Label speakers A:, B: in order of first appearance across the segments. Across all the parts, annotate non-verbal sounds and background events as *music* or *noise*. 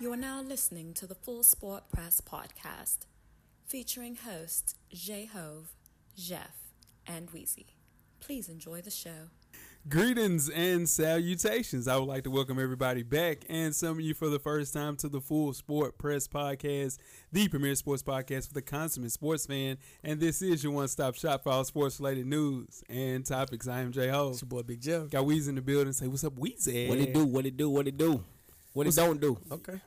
A: You are now listening to the Full Sport Press podcast, featuring hosts Jay Hove, Jeff, and Wheezy. Please enjoy the show.
B: Greetings and salutations. I would like to welcome everybody back and some of you for the first time to the Full Sport Press Podcast, the premier sports podcast for the consummate sports fan. And this is your one stop shop for all sports related news and topics. I am Jay Ho.
C: It's your boy Big Jeff.
B: Got Weezy in the building. Say, what's up, Weezy?
C: What it do? What it do? What it do? What it don't do?
B: Okay.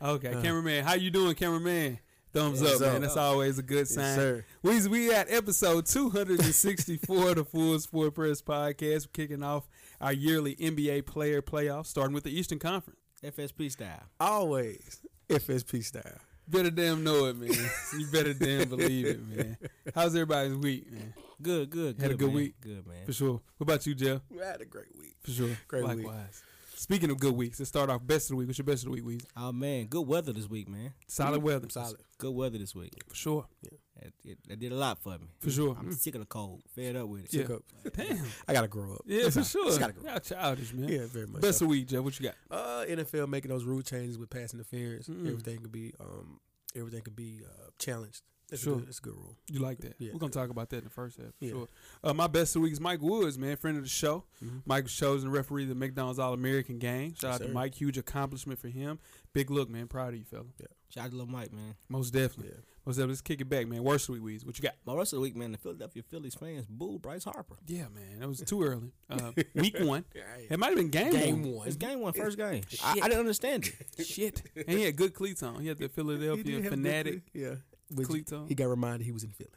B: Okay. Okay. cameraman, how you doing, cameraman? Thumbs up, man.
C: up.
B: That's always a good sign.
C: sir.
B: Weezy, we at episode 264 of the Full Sport Press Podcast. We're kicking off our yearly NBA player playoff, starting with the Eastern Conference.
D: FSP style.
C: Always FSP style.
B: Better damn know it, man. you better damn believe it, man. How's everybody's week, man?
D: Good, good, good.
B: Had a good
D: man.
B: week?
D: Good man.
B: For sure. What about you, Jeff?
C: We had a great week.
B: For sure.
C: Great week.
B: Likewise. Speaking of good weeks, let's start off best of the week. What's your best of the week, Weezy?
D: Oh man, good weather this week, man.
B: Solid weather.
C: Solid.
D: Good weather this week.
B: For sure.
D: It, it, it did a lot for me.
B: For
D: *laughs*
B: sure.
D: I'm sick of the cold. Fed up with it.
B: Yeah.
C: Took up.
B: Damn.
C: I gotta grow up.
B: Yeah, for sure.
C: It's gotta grow.
B: Y'all childish, man.
C: Yeah, very much.
B: Best
C: so.
B: of week, Jeff. What you got?
C: uh, NFL making those rule changes with pass interference.
B: Mm.
C: Everything could be um, everything could be uh, challenged. That's
B: Sure.
C: a good, that's a good rule.
B: You like that?
C: Yeah.
B: We're gonna talk about that in the first half. For
C: Yeah.
B: Sure. Uh, my best of the week is Mike Woods, man, friend of the show.
C: Mhm.
B: Mike was chosen referee of the McDonald's All American Game. Shout
C: Yes,
B: out to
C: sir.
B: Mike, huge accomplishment for him. Big look, man. Proud of you, fella.
D: Shout out to Lil Mike, man.
B: Most definitely.
C: Yeah,
B: Most definitely. Let's kick it back, man. Worst of the week, Weez. What you got?
D: My rest of the week, man, the Philadelphia Phillies fans boo Bryce Harper.
B: Yeah, man. That *laughs* was too early. Uh, *laughs* week one.
C: Right.
B: It might have been game,
C: Game
B: one.
C: one.
D: It's game one, first game. I, I didn't understand it.
B: *laughs* Shit. And he had good cleats on. He had the
C: *laughs* He did
B: Philadelphia
C: have a good
B: fanatic.
C: cleat. Yeah, But
B: cleats on.
C: He got reminded he was in Philly.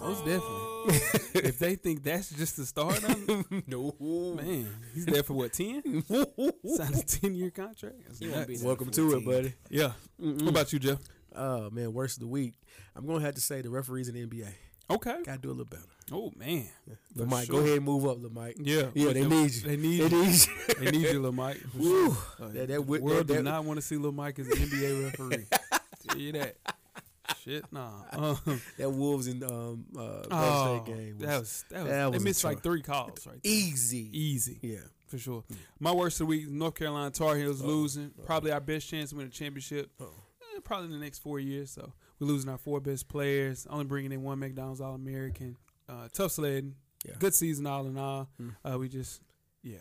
B: Most *laughs* definitely. if they think that's just the start of it,
C: *laughs* no
B: man, he's there for what, *laughs* 10? Signed a 10 year contract? That's
D: He won't be
B: nuts.
D: there
C: Welcome
D: for
C: to it,
D: 14.
C: buddy.
B: Yeah. What about you, Jeff?
C: Oh man, worst of the week. I'm gonna have to say the referees in the NBA.
B: Okay.
C: Gotta do a little better.
B: Oh man.
C: But Mike,
B: sure.
C: go ahead and move up, Lamike. Mike.
B: Yeah.
C: Yeah, they need you.
B: They need
C: It
B: you.
C: is.
B: They need you, Lil Mike. *laughs* for
C: Whew.
B: sure. Uh,
C: That- that
B: the
C: would-
B: world
C: that-
B: do
C: that-
B: not want to see Lil Mike as an NBA
C: *laughs*
B: referee. Tell you that. Shit, nah. Um,
C: That Wolves in um uh
B: oh,
C: Golden State game was,
B: that was e that was.
C: that was
B: they
C: a
B: missed like
C: try.
B: three calls right there.
C: easy.
B: Easy.
C: Yeah.
B: for sure. My worst of the week: North Carolina Tar Heels losing. Probably our best chance to win a championship.
C: Uh-oh.
B: eh, probably in the next four years. So we're losing our four best players. Only bringing in one McDonald's All American. Uh, tough sledding.
C: Yeah.
B: Good season all in all.
C: Mm.
B: Uh, we just yeah.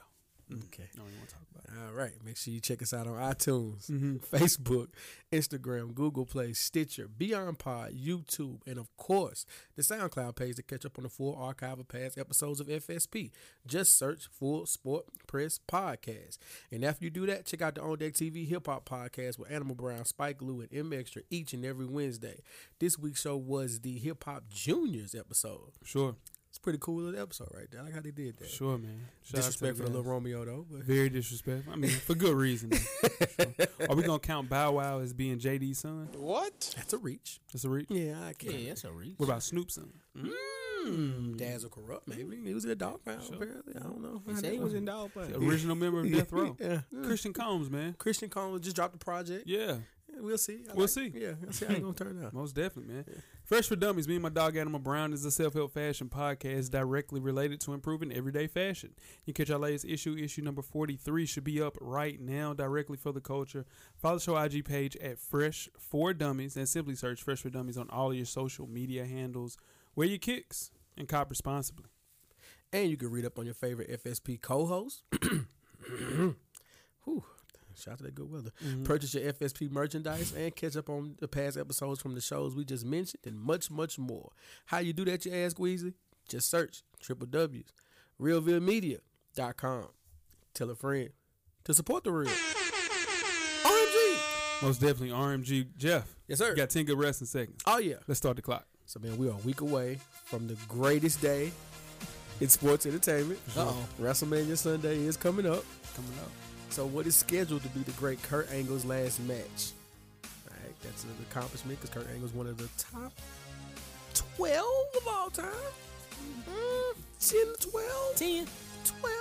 B: Mm.
C: Okay.
B: I don't even want to talk about it.
C: All right. Make sure you check us out on iTunes,
B: Mm-hmm.
C: Facebook, Instagram, Google Play, Stitcher, Beyond Pod, YouTube, and of course the SoundCloud page to catch up on the full archive of past episodes of FSP. Just search Full Sport Press Podcast. And after you do that, check out the On Deck TV Hip Hop Podcast with Animal Brown, Spike Lou, and M Extra each and every Wednesday. This week's show was the Hip Hop Juniors episode.
B: Sure,
C: It's pretty cool little episode right there. I like how they did that.
B: sure, man. Shout out to the
C: Disrespectful to
B: guys.
C: Little Romeo though. But
B: Very disrespectful. I mean, for good reason. though, for *laughs* sure. Are we gonna count Bow Wow as being JD's son?
C: that's a reach.
B: That's a reach.
C: Yeah, I can.
D: Yeah, that's a reach.
B: What about Snoop's son?
C: Mm. Dazzle corrupt, maybe. He was in a dog pound, apparently. I don't know.
D: He said he
C: *laughs*
D: was in dog play.
B: The original member of Death *laughs* Row.
C: Yeah.
B: Christian Combs, man.
C: Christian Coleman just dropped the project.
B: Yeah.
C: Yeah, We'll see. I
B: We'll see.
C: Yeah, I'll see how it's gonna turn
D: *laughs*
C: out.
B: Most definitely, man. Fresh for Dummies, me and my dog Animal Brown is a self help fashion podcast directly related to improving everyday fashion. You can catch our latest issue, issue number 43, should be up right now directly for the culture. Follow the show IG page at Fresh for Dummies and simply search Fresh for Dummies on all your social media handles. Wear your kicks and cop responsibly.
C: And you can read up on your favorite FSP co-host. *clears throat* Whew. Shout out to that good weather.
B: Mm-hmm.
C: Purchase your FSP merchandise and catch up on the past episodes from the shows we just mentioned and much, much more. How you do that, you ask Weezy? Just search www.realvillemedia.com. Tell a friend to support the real. RMG!
B: Most definitely, RMG Jeff.
C: Yes, sir.
B: You got 10 good resting seconds.
C: Oh, yeah.
B: Let's start the clock.
C: So, man, we are a week away from the greatest day It's sports entertainment.
B: Sure.
C: WrestleMania Sunday is coming up.
B: Coming up.
C: So what is scheduled to be the great Kurt Angle's last match? All right, that's an accomplishment because Kurt Angle's one of the top 12 of all time. Mm,
B: Mm-hmm.
C: 10, 12? 10. 12?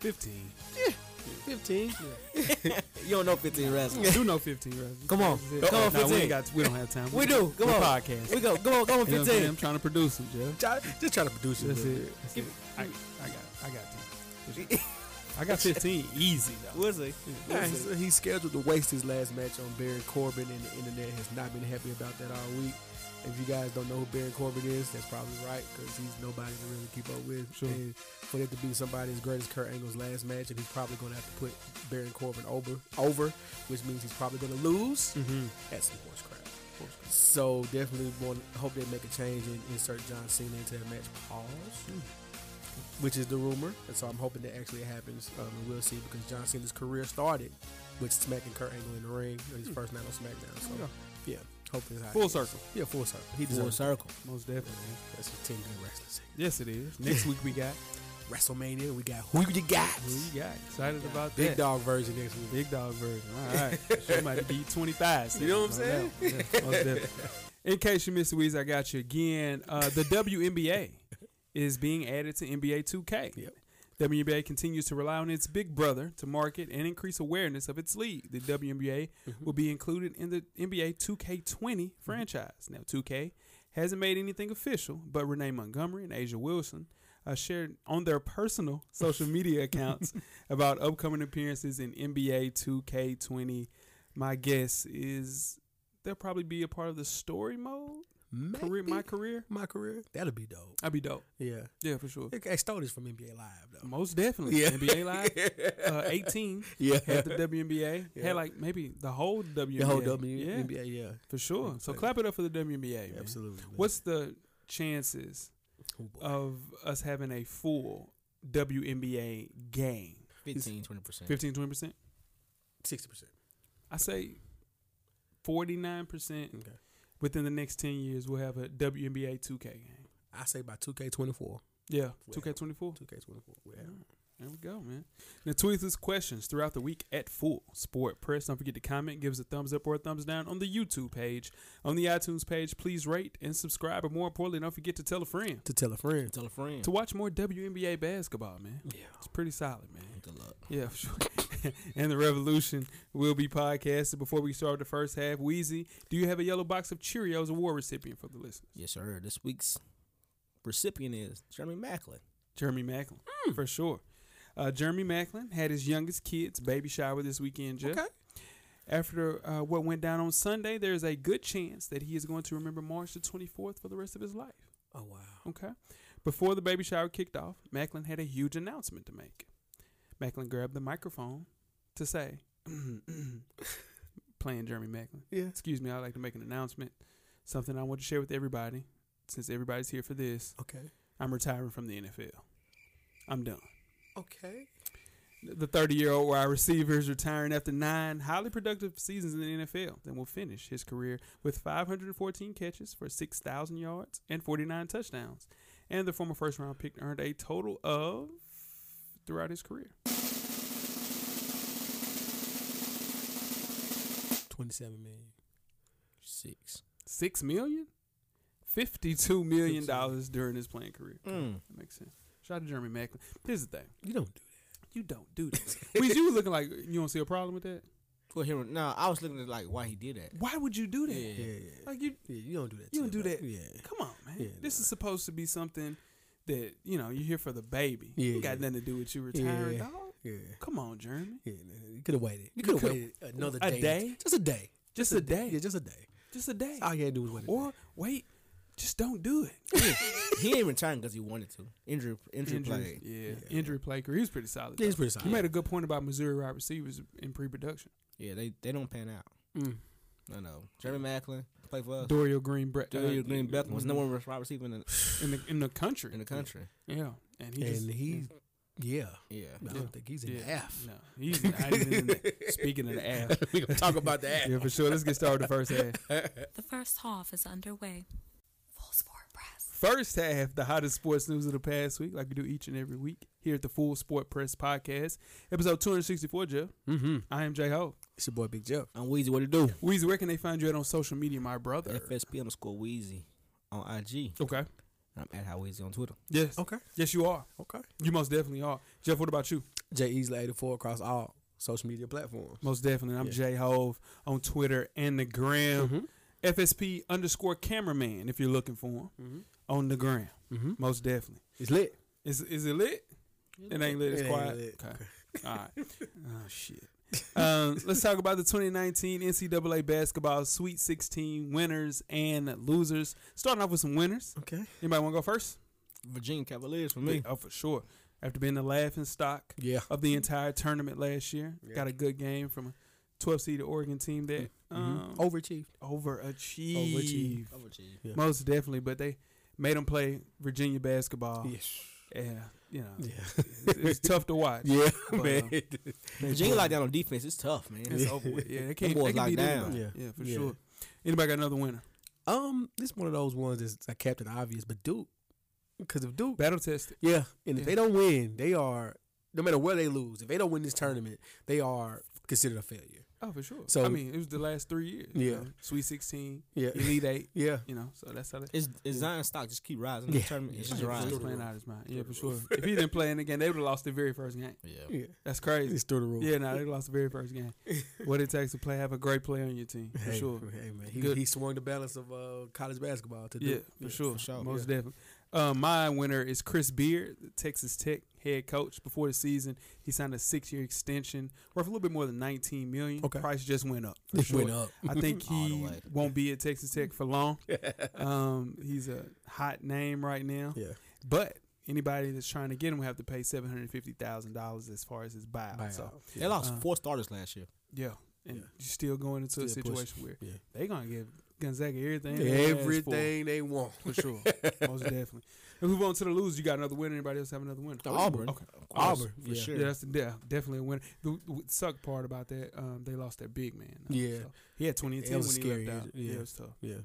B: 15.
D: *laughs*
C: Yeah.
B: *laughs*
C: 15.
D: You don't know 15 wrestlers.
B: Do know 15, right?
D: Come on.
B: That's it.
D: Come on,
B: Nah, we,
D: 15.
B: ain't got, we don't have time.
D: We do. Come
B: We're
D: on.
B: Podcast.
D: We go. Go on. Go
B: *laughs*
D: on.
B: You know what I'm saying?
D: 15.
B: I'm trying to produce them, Jeff.
C: Try- just try to produce it. a
B: That's
C: little
B: it.
C: bit.
B: That's it. I, I got. I got you. *laughs* I got 15 easy though.
D: We'll see.
C: All
D: We'll
C: right,
D: see.
C: so he's scheduled to waste his last match on Baron Corbin, and the internet has not been happy about that all week. If you guys don't know who Baron Corbin is, that's probably right because he's nobody to really keep up with.
B: Sure.
C: And for it to be somebody as great as Kurt Angle's last match, and he's probably going to have to put Baron Corbin over, over, which means he's probably going to lose.
B: Mm-hmm.
C: That's some horse crap. So definitely want hope they make a change and insert John Cena into that match. Pause.
B: Hmm.
C: Which is the rumor, and so I'm hoping that actually happens. Um, and we'll see because John Cena's career started with smacking Kurt Angle in the ring on
B: Hmm.
C: his first night on SmackDown. So yeah, hopefully it's how it
B: Full
C: is.
B: circle,
C: Yeah, full circle. He
D: Full
C: deserves. it.
D: circle.
B: most definitely.
C: That's a ten good wrestling.
B: Yes, it is. Next week we got
C: WrestleMania, we got who you got?
B: who you got. Excited about
C: Big
B: that.
C: dog version next week.
B: Big dog version. All right. she might be 25.
C: You know what I'm
B: cents on that one. Yeah, most definitely. In case you missed the Weez, I got you again. Uh, the WNBA is being added to NBA 2K.
C: Yep.
B: WNBA continues to rely on its big brother to market and increase awareness of its league. The WNBA will be included in the NBA 2K20 franchise. Now, 2K hasn't made anything official, but Renee Montgomery and Asia Wilson uh, shared on their personal social media accounts about upcoming appearances in NBA 2K20. My guess is they'll probably be a part of the story mode. Career,
C: Maybe
B: my career,
C: my career. That'll be dope.
B: I'd be dope.
C: Yeah,
B: Yeah, for sure.
C: they stole this from NBA Live though.
B: Most definitely.
C: Yeah.
B: NBA
C: *laughs*
B: Live uh, 18
C: Yeah,
B: had the WNBA.
C: Yeah.
B: Had like maybe the whole WNBA.
C: *laughs* The whole W
B: Yeah,
C: NBA, yeah,
B: for sure. So
C: Exactly.
B: clap it up for the WNBA. man.
C: absolutely. man.
B: What's the chances
C: Oh, boy.
B: of us having a full WNBA game?
D: 15, 20%.
B: 15, 20%?
C: sixty percent?
B: I say 49%
C: Okay,
B: within the next 10 years, we'll have a WNBA 2K game.
C: I say by two K twenty four,
B: Yeah,
C: Well,
B: 2K24.
C: two K twenty four.
B: Yeah. There we go, man. Now tweet us questions throughout the week at Full Sport Press. Don't forget to comment, give us a thumbs up or a thumbs down on the YouTube page. On the iTunes page, please rate and subscribe. And more importantly, don't forget to tell a friend
C: To tell a friend,
D: Tell a friend.
B: to watch more WNBA basketball, man.
C: yeah,
B: It's pretty solid, man.
D: Good luck.
B: Yeah, for sure. *laughs* and the revolution will be podcasted. Before we start the first half, Wheezy, do you have a yellow box of Cheerios award recipient for the listeners?
D: Yes, sir. This week's recipient is Jeremy Macklin.
B: Jeremy Macklin,
C: Hmm.
B: for sure. Uh, Jeremy Macklin had his youngest kid's baby shower this weekend, Jeff.
C: Okay.
B: After uh, what went down on Sunday, there is a good chance that he is going to remember March the 24th for the rest of his life.
C: Oh wow,
B: Okay. Before the baby shower kicked off, Macklin had a huge announcement to make. Macklin grabbed the microphone to say, *clears throat* playing Jeremy Macklin,
C: yeah,
B: excuse me, I'd like to make an announcement. Something I want to share with everybody. Since everybody's here for this,
C: okay,
B: I'm retiring from the NFL. I'm done.
C: okay,
B: The 30 year old wide receiver is retiring after nine highly productive seasons in the NFL and will finish his career with 514 catches for 6,000 yards and 49 touchdowns. And the former first round pick earned a total of throughout his career
C: twenty seven million.
D: Six.
B: $6 million? $52 million dollars during his playing career.
D: Mm.
B: That makes sense. Shout out to Jeremy Macklin. Here's the thing
C: You don't do
B: you don't do *laughs* this. Weez, you were looking like you don't see a problem with that.
D: Well, here, no, I was looking at like why he did that.
B: Why would you do that?
D: Yeah.
C: that. Yeah, yeah,
B: Like, you,
C: yeah. You don't do that.
B: You
C: to
B: don't do
C: your-
B: that.
C: Yeah,
B: Come on, man.
C: Yeah,
B: this
C: nah.
B: is supposed to be something that you know you're here for the baby.
C: Yeah,
B: you got
C: yeah.
B: nothing to do with you retiring,
C: Yeah.
B: dog.
C: yeah,
B: Come on, Jeremy.
C: yeah. nah, You could have waited. You could have
B: coulda-
C: waited another
B: a
C: day.
B: day?
C: just a day,
B: Just a day.
C: Yeah, just a day.
B: Just a day.
C: All you had to do was wait. A
B: or
C: day.
B: wait, just don't do
C: *laughs*
B: it.
D: he ain't retiring because he wanted to. Injury, injury,
B: Injury,
D: play.
B: yeah. injury play. He was pretty solid.
C: yeah,
B: though.
C: he's pretty
B: You
C: solid.
B: made a good point about Missouri wide receivers in pre-production.
D: Yeah, they they don't pan out.
B: Mm.
D: No, no. Jeremy Macklin played for us.
B: Dorial Green, Brett,
D: Dorian Green Beckham was
B: mhm.
D: number one wide receiver in the,
B: in the in the country.
D: in the country.
B: yeah, *laughs* and he just, Mm-hmm.
C: and he, yeah.
D: Yeah.
C: I
B: Yeah.
C: don't think he's in
B: Yeah.
C: the F.
B: *laughs* no, he's not even in the, speaking
C: *laughs*
B: of the ass.
C: we gonna talk about *laughs* that.
B: Yeah, for sure. Let's get started with the first half.
A: The first half is underway. Full Sport Press.
B: First half, the hottest sports news of the past week, like we do each and every week here at the Full Sport Press Podcast, episode 264. Jeff,
C: Mm-hmm.
B: I am J Ho.
C: It's your boy Big Jeff.
D: I'm Weezy. What it do?
B: Weezy, where can they find you at on social media, my brother?
D: FSP underscore Weezy on IG.
B: Okay.
D: I'm at How Weezy on Twitter.
B: Yes.
C: Okay.
B: Yes, you are.
C: Okay.
B: You most definitely are. Jeff, what about you?
C: J Easley eighty four across all social media platforms.
B: Most definitely. I'm
C: Yeah.
B: J Hove on Twitter and the gram.
C: Mhm.
B: FSP underscore cameraman if you're looking for him
C: Mhm.
B: on the gram.
C: Mhm.
B: Most definitely.
C: It's lit.
B: Is is it lit? It ain't lit. It's
C: It ain't
B: quiet.
C: lit.
B: Okay.
C: *laughs*
B: All right. Oh shit. um, let's talk about the 2019 NCAA basketball Sweet 16 winners and losers. Starting off with some winners.
C: Okay.
B: Anybody want to go first?
D: Virginia Cavaliers for me.
B: Yeah, Oh, for sure. After being the laughing stock
C: Yeah.
B: of the entire tournament last year,
C: Yeah.
B: got a good game from a 12 seed Oregon team that um,
C: Mm-hmm. Overachieved.
B: overachieved.
D: Mm-hmm. Overachieved.
C: Yeah.
B: Most definitely, but they made them play Virginia basketball.
C: Yes.
B: oh. Yeah, you know,
C: Yeah.
B: it's, it's tough to watch.
C: *laughs* Yeah,
B: But, uh,
C: man.
D: Virginia locked down on defense. It's tough, man.
B: It's over with. Yeah, they can't.
D: boys
B: They can
D: locked
B: beat
D: down.
B: anybody. Yeah,
C: Yeah.
B: for
C: Yeah.
B: sure. Anybody got another winner?
C: Um, this one of those ones that's like Captain Obvious, but Duke, because if Duke,
B: Battle tested.
C: yeah, and if
B: Yeah.
C: they don't win, they are no matter where they lose. If they don't win this tournament, they are considered a failure.
B: Oh, for sure. So
C: So-
B: I mean, it was the last three years. you
C: Yeah.
B: know, Sweet Sixteen,
C: Yeah,
B: Elite Eight.
C: *laughs* yeah.
B: You know, so that's how they.
D: It's, it's Zion stock just keep rising. Yeah.
C: Yeah.
D: The tournament it's just
B: Yeah, he's
D: rising.
B: playing out his mind. Yeah, for
C: Through the
B: sure.
C: roof.
B: if he didn't play in the game, they would have lost the very first game.
D: Yeah.
C: Yeah,
B: That's crazy.
C: it's through the roof.
B: Yeah, no, they lost the very first game. What it takes to play, have a great player on your team, for
C: *laughs* hey,
B: sure.
C: Hey man, he,
B: Good.
C: he swung the balance of uh, college basketball to
B: Yeah,
C: Duke.
B: for sure.
C: *laughs*
D: for sure.
B: Most definitely. Uh, my winner is Chris Beard, the Texas Tech head coach. Before the season, he signed a six-year extension, worth a little bit more than 19 million.
C: Okay.
B: Price just went up. For
C: It
B: sure.
C: went up.
B: I
C: *laughs*
B: think
D: All the
B: he
D: way.
B: won't be at Texas Tech for long. um, he's a hot name right now,
C: Yeah,
B: but anybody that's trying to get him will have to pay seven hundred fifty thousand dollars as far as his buyout.
C: Buyout.
B: So
D: They lost
B: Uh,
D: four starters last year.
B: yeah, and
C: Yeah.
B: you're still going into a
C: Still pushing.
B: situation where
C: Yeah.
B: they're gonna give Gonzaga everything, they asked for.
C: everything they want.
B: For sure, most definitely. And move on to the lose. You got another winner. Anybody else have another winner?
C: Auburn.
B: Okay.
D: Of course,
C: Auburn,
D: for
C: yeah.
D: sure.
B: Yeah, that's the, yeah, definitely a winner. The, the suck part about that, um, they lost their big man. though.
C: Yeah.
B: So, he had twenty and
C: That
B: ten when
C: was
B: he
C: scary.
B: left out. Yeah.
C: Yeah.
B: it was tough.
C: Yeah.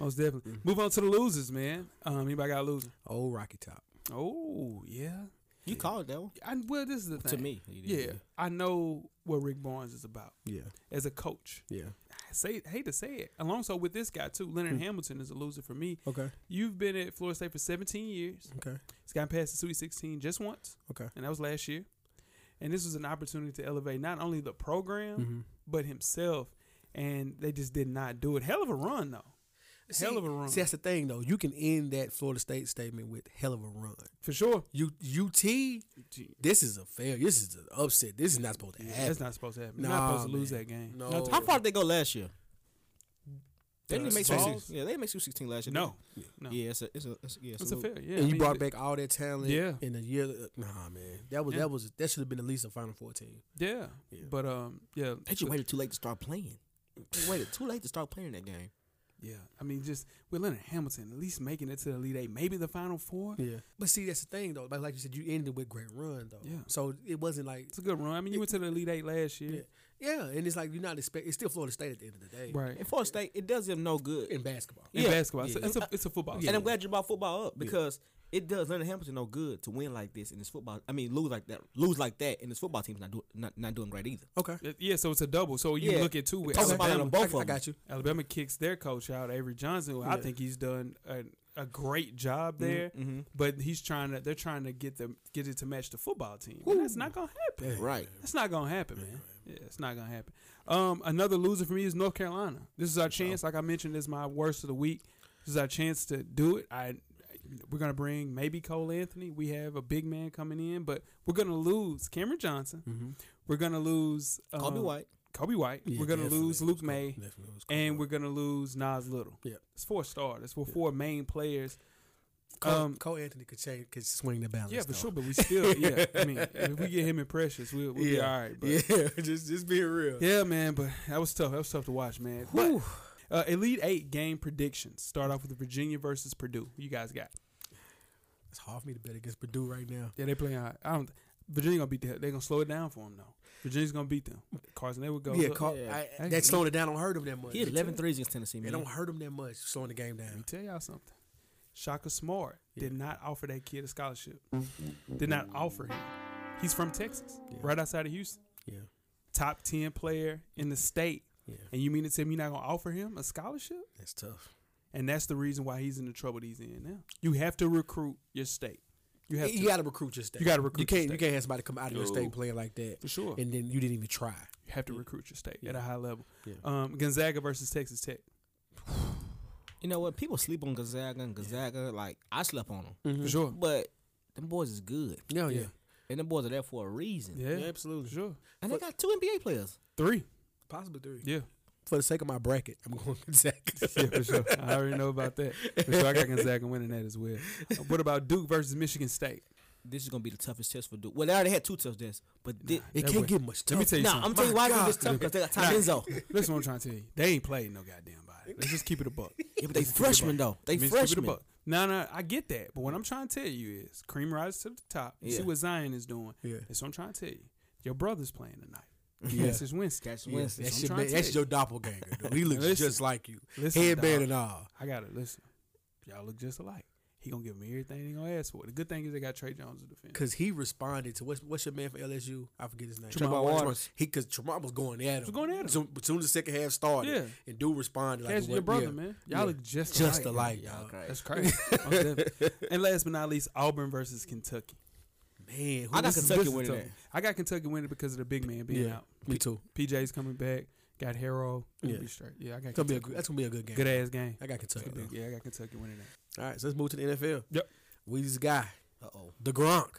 B: Most definitely.
C: Mm.
B: Move on to the losers, man. Um, anybody got a loser?
C: Old Rocky Top.
B: Oh yeah.
D: You called that one
B: I, well, this is the thing.
D: to me. you did.
B: Yeah, I know what Rick Barnes is about
C: Yeah.
B: as a coach.
C: Yeah.
B: I say hate to say it. Along so with this guy too, Leonard
C: Hmm.
B: Hamilton is a loser for me.
C: Okay.
B: You've been at Florida State for 17 years.
C: Okay.
B: He's gotten past the Sweet 16 just once,
C: Okay.
B: and that was last year. And this was an opportunity to elevate not only the program
C: Mm-hmm.
B: but himself, and they just did not do it. Hell of a run though, hell of a run
C: See, that's the thing though. You can end that Florida State statement with hell of a run.
B: for sure.
C: U, UT, this is a failure. This is an upset. This is not supposed to
B: Yeah,
C: happen.
B: that's not supposed to happen. You're
C: Nah,
B: not supposed to lose
C: man.
B: that game.
C: No.
B: Not-
D: How far did they go last year? They
B: Uh,
D: didn't make
B: balls?
D: six. Yeah, they didn't make Sweet sixteen last year. did
B: No,
D: they?
B: no,
D: Yeah, it's a it's a it's, yeah,
B: it's a
D: little-
B: failure. Yeah,
C: and
B: I
C: you
B: mean,
C: brought back all that talent
B: Yeah.
C: in a year. uh, Nah, man. That was
B: Yeah.
C: that was that should have been at least a final fourteen.
B: Yeah,
C: Yeah.
B: but um, yeah,
D: They just waited too late to start playing. They waited too late to start playing that game.
B: yeah. I mean, just with Leonard Hamilton, at least making it to the Elite Eight, maybe the Final Four.
C: Yeah. But see, that's the thing though. Like, like you said, you ended with great run though.
B: Yeah.
C: So it wasn't like
B: It's a good run. I mean, you went to the Elite Eight last year,
C: yeah, and it's like you're not expect. It's still Florida State at the end of the day,
B: right?
D: And Florida State, it does them no good.
C: In basketball.
B: In
D: Yeah.
B: basketball,
C: Yeah.
B: it's, a, it's a football.
C: Yeah.
B: sport.
D: And I'm glad you brought football up because it does Leonard Hamilton no good to win like this in his football. I mean, lose like that, lose like that, and his football team's not doing not, not doing great either.
C: Okay.
B: Uh, Yeah, so it's a double. So you
D: Yeah.
B: look at two with
D: Talk about
B: Alabama.
D: them both
C: I, I
D: of them.
C: got you.
B: Alabama kicks their coach out, Avery Johnson. Who I
C: Yeah.
B: think he's done a, a great job there,
D: Mm-hmm.
B: but he's trying to. They're trying to get them get it to match the football team. And that's not gonna happen.
D: Right.
B: That's not gonna happen, man. Yeah, it's not gonna happen. Um, another loser for me is North Carolina. This is our chance. Like I mentioned, this is my worst of the week. This is our chance to do it. I we're gonna bring maybe Cole Anthony. We have a big man coming in, but we're gonna lose Cameron Johnson. We're gonna lose um,
D: Kobe White.
B: Kobe White.
C: Yeah,
B: Mm-hmm. we're gonna
C: definitely.
B: lose Luke
C: Let's go.
B: May,
C: Definitely. Let's go.
B: and we're gonna lose Nas Little.
C: Yeah.
B: it's four starters. We're four main players.
C: Cole,
B: um,
C: Cole Anthony could change, could swing the balance.
B: Yeah, for
C: though.
B: sure. But we still,
C: *laughs*
B: yeah. I mean, if we get him in precious, we'll, we'll be all right. But
C: yeah, just just being real.
B: Yeah, man, but that was tough. That was tough to watch, man. But, uh, Elite Eight game predictions. Start off with Virginia versus Purdue. You guys got?
C: It's hard for me to bet against Purdue right now.
B: Yeah, they playing. High. I don't. Virginia gonna beat them. They gonna slow it down for them though. Virginia's gonna beat them. Carson, they would go.
C: yeah,
B: look,
C: Cole,
D: yeah.
C: I-
B: Hey.
C: that slowing it down don't hurt him that much.
D: He had 11 threes against Tennessee,
C: It
D: man.
C: don't hurt him that much slowing the game
B: Let me
C: down.
B: tell y'all something. Shaka Smart did not offer that kid a scholarship. Did not offer him. He's from Texas,
C: Yeah.
B: right outside of Houston.
C: Yeah.
B: Top ten player in the state,
C: Yeah.
B: and you mean to tell me you're not gonna offer him a scholarship?
C: That's tough.
B: And that's the reason why he's in the trouble that he's in now. You have to recruit your state. You have to.
C: You got to recruit your state.
B: You gotta recruit
C: You
B: your
C: can't. You
B: state.
C: can't have somebody come out of your state playing like that,
B: For sure.
C: and then you didn't even try.
B: You have to recruit your state at a high level.
C: Yeah.
B: Um, Gonzaga versus Texas Tech.
D: You know what? People sleep on Gonzaga and Gonzaga. Like I slept on them,
B: For sure.
D: but them boys is good,
C: No,
B: Mm-hmm. yeah.
D: and them boys are there for a reason.
B: Yeah. For
C: absolutely.
B: sure.
D: And they got two NBA players.
B: Three.
C: Possibly three.
B: Yeah.
C: For the sake of my bracket, I'm going *laughs* with Zach.
B: Yeah, for sure. *laughs* I already know about that. For sure, I got Gonzaga winning that as well. Uh, What about Duke versus Michigan State?
D: This is gonna be the toughest test for Duke. Well, they already had two tough tests, but thi-
C: It
B: That
C: can't
B: way.
C: get much tougher.
B: Let me tell you
D: nah,
B: something.
D: I'm telling you why
C: God.
D: Duke is tough because they got Tom Enzo. Yeah,
B: Listen, what I'm trying to tell you. They ain't played no goddamn body. Let's just keep it a buck.
D: but they freshmen though. They
B: I mean, let's keep it a
D: freshmen.
B: buck. No, no, I get that. But what I'm trying to tell you is cream rises to the top. You see
D: Yeah.
B: what Zion is doing.
C: Yeah.
B: That's what I'm trying to tell you. Your brother's playing tonight.
C: Yeah.
B: Yes, it's Wednesday.
D: That's
C: Yeah,
D: Winston.
C: that's
B: I'm
C: your,
B: trying
C: man,
B: to
C: that's
B: tell
C: your doppelganger. dude. He
B: *laughs*
C: looks
B: Listen.
C: just like you,
B: Listen,
C: headband
B: dog.
C: and all.
B: I gotta listen. Y'all look just alike. He gonna give me everything he gonna ask for. The good thing is they got Trey Jones to defend.
C: Cause he responded to what's what's your man for LSU? I forget his name.
B: Tremont Waters.
C: He cause Tremont was going at him.
B: Was going at him.
C: So, as soon as the second half started,
B: Yeah.
C: and dude responded like
B: That's
C: what-
B: your brother,
C: yeah.
B: man. Y'all
C: Yeah.
B: look just
C: just
B: alike.
C: alike,
B: y'all.
C: y'all.
D: Okay.
B: That's crazy. Most definitely. and last but not least, Auburn versus Kentucky.
C: Man, who
D: I got
C: this is-
D: Kentucky
B: This is
D: winning
B: tough.
D: that.
B: I got Kentucky winning because of the big man being
C: Yeah,
B: out.
C: *laughs* me too.
B: PJ's coming back. Got Harrell. Yeah.
C: Yeah.
B: Be straight. Yeah, I got
C: It's gonna be
B: Kentucky.
C: a good- that's gonna be a good game.
B: good ass game.
C: I got Kentucky.
B: Good-
C: though.
B: Yeah, I got Kentucky winning that.
C: All right, so let's move to the NFL.
B: Yep.
C: We this guy,
D: Uh oh.
C: the Gronk.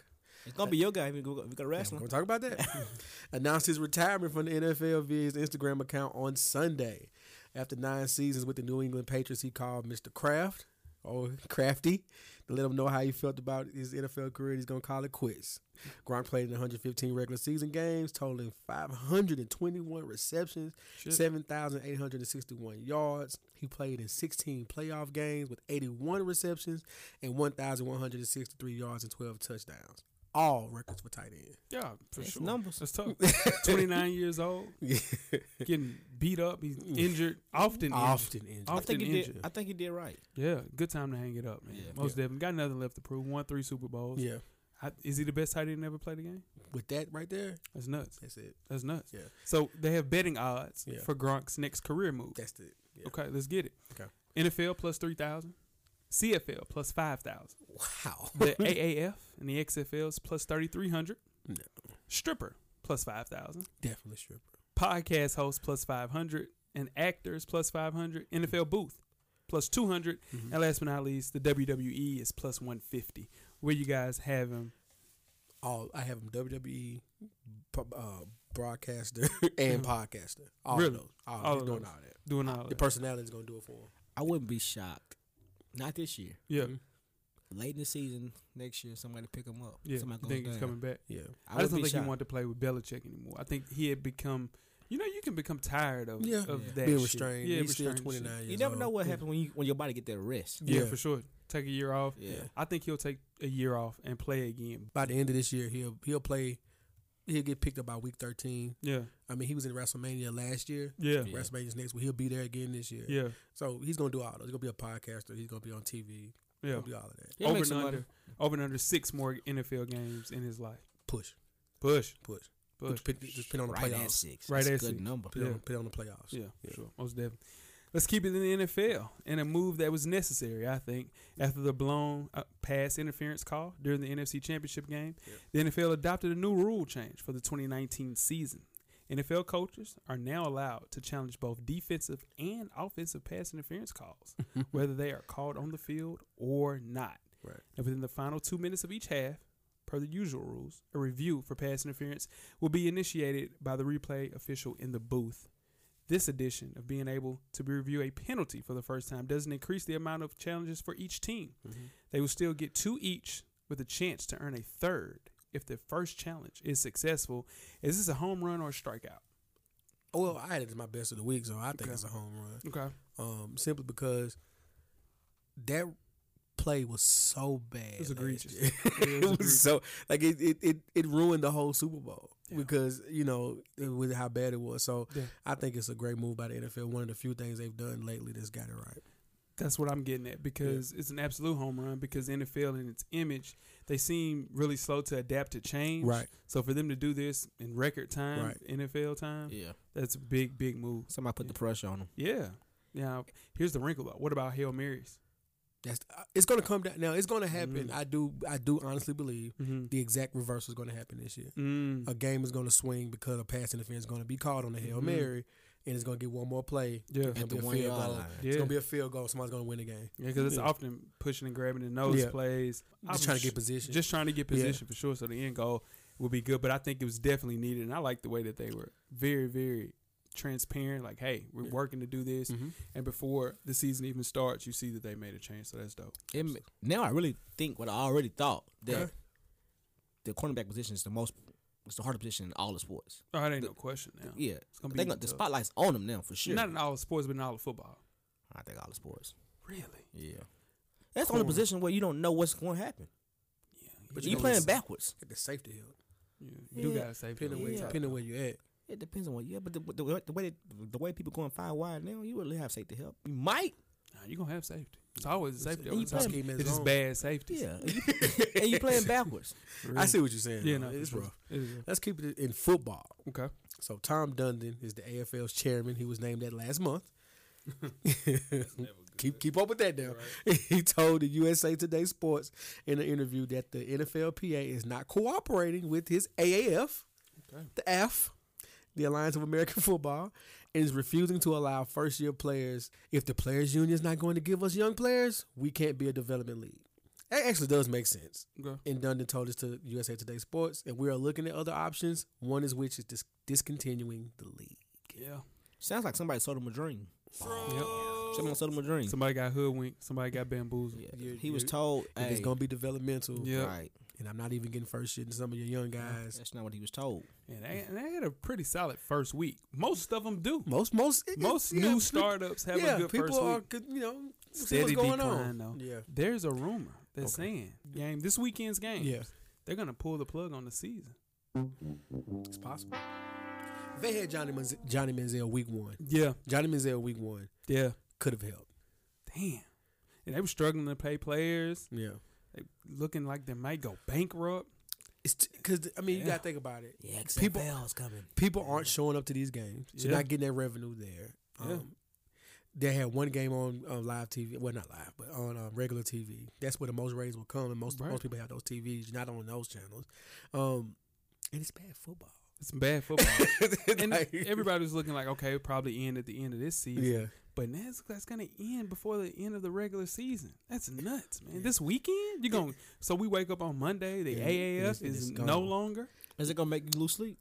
D: It's gonna be your guy. We go, we go
C: Yeah,
D: wrestling.
C: We're gonna talk about that. Announced his retirement from the NFL via his Instagram account on Sunday. After nine seasons with the New England Patriots, he called Mr. Kraft or Crafty to let him know how he felt about his NFL career. He's gonna call it quits. Gronk played in 115 regular season games, totaling 521 receptions,
B: Shit.
C: 7,861 yards. He played in 16 playoff games with 81 receptions and 1,163 yards and 12 touchdowns. All records for tight end.
B: Yeah, for
D: That's
B: sure.
D: numbers.
B: That's tough. Twenty nine years old, getting beat up. He's injured often. Often.
C: often injured.
D: I
B: Often
D: think you
B: injured.
D: did. I think you did right.
B: Yeah, good time to hang it up, man.
D: Yeah.
B: Most definitely got nothing left to prove. Won three Super Bowls.
C: Yeah,
B: I, is he the best tight end to ever play the game?
C: with that right there,
B: That's nuts.
C: that's it.
B: That's nuts.
C: Yeah.
B: So they have betting odds
C: Yeah.
B: for Gronk's next career move.
C: That's it. Yeah.
B: Okay, let's get it.
C: Okay.
B: NFL plus three thousand, CFL plus five thousand,
C: Wow.
B: the
C: *laughs*
B: AAF and the XFL is plus thirty three hundred,
C: No.
B: stripper plus five thousand,
C: Definitely stripper.
B: podcast host plus 500 and actors plus 500 nfl booth plus 200 and last but not least the wwe is plus 150 where you guys have him
C: All I have him WWE pu- E, uh, broadcaster *laughs* and podcaster. All
B: Really?
C: of those. All,
B: All
C: he's
B: of
C: doing
B: those.
C: all that.
B: doing all
C: The
B: that.
C: personality is gonna do it for him.
D: I wouldn't be shocked. Not this year.
B: yeah
C: Mhm.
D: Late in the season, next year, somebody pick him up.
B: yeah
D: Somebody
B: I
D: goes
B: think he's
D: down.
B: coming back
C: Yeah.
B: i, just
D: wouldn't
B: don't
D: be
B: think
D: shocked.
B: he wanted to play with belichick anymore i think he had become you know you can become tired of,
C: Yeah.
B: of
D: Yeah.
B: that
C: Being
B: shit.
C: restrained.
B: yeah
C: he's still
B: restrained
C: twenty
B: shit.
C: nine years
D: You never know
C: old.
D: what
C: Yeah.
D: happens when you when your body get that rest.
B: yeah,
C: Yeah.
B: for sure take a year off
D: Yeah.
B: i think he'll take a year off and play again
C: By the end of this year he'll he'll play he'll get picked up by week thirteen.
B: yeah
C: I mean he was in WrestleMania last year.
B: yeah
D: Yeah.
C: WrestleMania's next week. He'll be there again this year.
B: yeah
C: So he's gonna do all those. He's gonna be a podcaster. He's gonna be on TV. He's
B: yeah,
C: gonna be all of that.
D: He'll
B: over
D: make
B: and
D: somebody-
B: under over and under six more nfl games in his life
C: Push.
B: push
C: Push.
B: push
C: Just put, just put on the
D: Right at
C: playoffs.
D: six.
B: Right
D: That's
B: at
D: a good
B: six.
D: number.
C: Put, it
B: Yeah.
C: on, put it on the playoffs.
B: Yeah, for sure. Most definitely. Let's keep it in the NFL and a move that was necessary, I think. After the blown uh, pass interference call during the NFC Championship game, the NFL adopted a new rule change for the 2019 season. NFL coaches are now allowed to challenge both defensive and offensive pass interference *laughs* calls, whether they are called on the field or not.
C: Right.
B: And within the final two minutes of each half, per the usual rules, a review for pass interference will be initiated by the replay official in the booth. This addition of being able to review a penalty for the first time doesn't increase the amount of challenges for each team.
C: Mm-hmm.
B: They will still get two each with a chance to earn a third if the first challenge is successful. Is this a home run or a strikeout?
C: Well, I had it as my best of the week, so I think
B: Okay.
C: it's a home run.
B: Okay.
C: Um, simply because that play was so bad.
B: It was
C: last
B: egregious.
C: year. *laughs* it was so like it, it it it ruined the whole Super Bowl
B: Yeah.
C: because you know it- with how bad it was. So
B: Yeah.
C: I think it's a great move by the NFL. One of the few things they've done lately that's got it right.
B: That's what I'm getting at because it's an absolute home run because NFL and its image, they seem really slow to adapt to change.
C: Right.
B: So for them to do this in record time,
C: Right.
B: NFL time,
D: Yeah.
B: that's a big, big move.
D: Somebody put the pressure on him.
B: Yeah. Now, here's the wrinkle though. What about Hail Marys?
C: That's uh, it's gonna come down now. It's gonna happen.
B: Mm.
C: I do. I do honestly believe
B: Mm-hmm.
C: the exact reverse is gonna happen this year.
B: Mm.
C: A game is gonna swing because a pass interference is gonna be called on the hail
B: Mhm.
C: mary, and it's gonna get one more play.
B: Yeah.
C: It's gonna
D: At the
C: be a
D: one
C: field
D: yard
C: goal.
D: line.
B: Yeah.
C: It's gonna be a field goal. Somebody's gonna win the game.
B: Yeah, because it's
C: Yeah.
B: often pushing and grabbing the nose
C: Yeah.
B: plays.
C: Just
B: I'm
C: trying to
B: sh-
C: get position.
B: Just trying to get
C: Yeah.
B: position for sure. So the end goal will be good. But I think it was definitely needed. And I like the way that they were very, very transparent. Like, hey, we're
C: Yeah.
B: working to do this.
C: Mhm.
B: And before the season even starts, you see that they made a change. So that's dope.
D: It, ma- now I really think what I already thought that
C: Okay.
D: the cornerback position is the most, it's the hardest position in all the sports.
B: Oh, that ain't
D: The-
B: no question now.
D: Yeah,
B: It's going
D: they got the spotlight's on them now for sure.
B: Not in all sports, but in all of football.
D: I think all the sports.
B: Really?
D: Yeah, that's the
B: Corner.
D: only position where you don't know what's going to happen.
B: Yeah.
C: But
D: you
C: you know
D: playing
C: it's-
D: backwards.
C: Get the safety help.
B: Yeah, you do
D: Yeah.
B: got to say
C: Depending where,
D: Yeah.
C: depending where you at.
D: It depends on what. Yeah, but the, the, way- the way the way people going five wide now, you really have safety help. You might.
B: Nah, you're going to have safety. It's always safety.
C: You
B: all the
D: play
B: time.
C: scheme is
B: It's just
C: on.
B: bad safety.
D: Yeah, and you- *laughs* and you playing backwards.
C: I see what you're saying.
B: Yeah,
C: Yeah,
B: no,
C: it's
B: for sure.
C: rough.
B: It is rough.
C: Let's keep it in football.
B: Okay.
C: So Tom Dundon is the AFL's chairman. He was named that last month. *laughs* keep keep up with that now. *laughs* He told the USA Today Sports in an interview that the NFLPA is not cooperating with his AAF,
B: Okay.
C: the F, the Alliance of American *laughs* Football, and is refusing to allow first year players. If the players union is not going to give us young players, we can't be a development league. That actually does make sense.
B: Okay.
C: And Dundon told us to USA Today Sports, and we are looking at other options. One is which is dis- discontinuing the league.
B: Yeah.
D: Sounds like somebody sold him a dream.
B: Yep.
D: Someone sold him a dream.
B: Somebody got hoodwinked. Somebody got bamboozled.
D: Yeah.
C: You-
D: he was
C: you-
D: told.
C: If it's
D: "Hey,
C: gonna be developmental,
B: Yeah.
D: Right.
C: and I'm not even getting first shit to some of your young guys.
D: That's not what he was told.
B: And, they, and they had a pretty solid first week. Most of them do.
C: Most most
B: Most
C: yeah,
B: new
C: people-
B: startups have
C: yeah,
B: a good
C: people
B: first
C: are
B: week.
C: good, you know see what's
B: Steady
C: going
B: decline,
C: on.
B: though.
C: Yeah,
B: There's a rumor that's
C: Okay.
B: saying game this weekend's game.
C: yeah,
B: They're gonna pull the plug on the season.
C: it's possible. They had Johnny Manz- Johnny Manziel week one.
B: Yeah.
C: Johnny Manziel week one
B: Yeah.
C: could have helped.
B: Damn. And they were struggling to pay players.
C: Yeah,
B: They looking like they might go bankrupt.
C: it's because I mean you
B: Yeah.
C: gotta think about it.
D: Yeah,
C: People-
D: XFL's coming. *laughs*
C: people aren't showing up to these games. So
B: Yeah.
C: not getting that revenue there. Um,
B: Yeah.
C: They had one game on um, live TV. Well, not live, but on um, regular TV. That's where the most ratings will come, and most
B: Right.
C: most people have those TVs. You're not on those channels, um, and it's bad football.
B: It's bad football.
C: *laughs*
B: and
C: Like-
B: everybody was looking like, okay, it'll probably end at the end of this season.
C: yeah,
B: But that's that's gonna end before the end of the regular season. That's nuts, man. This weekend you going so we wake up on Monday. The
C: Yeah,
B: AAF
C: it's- it's
B: is no
C: gone.
B: longer.
D: Is it gonna make you lose sleep?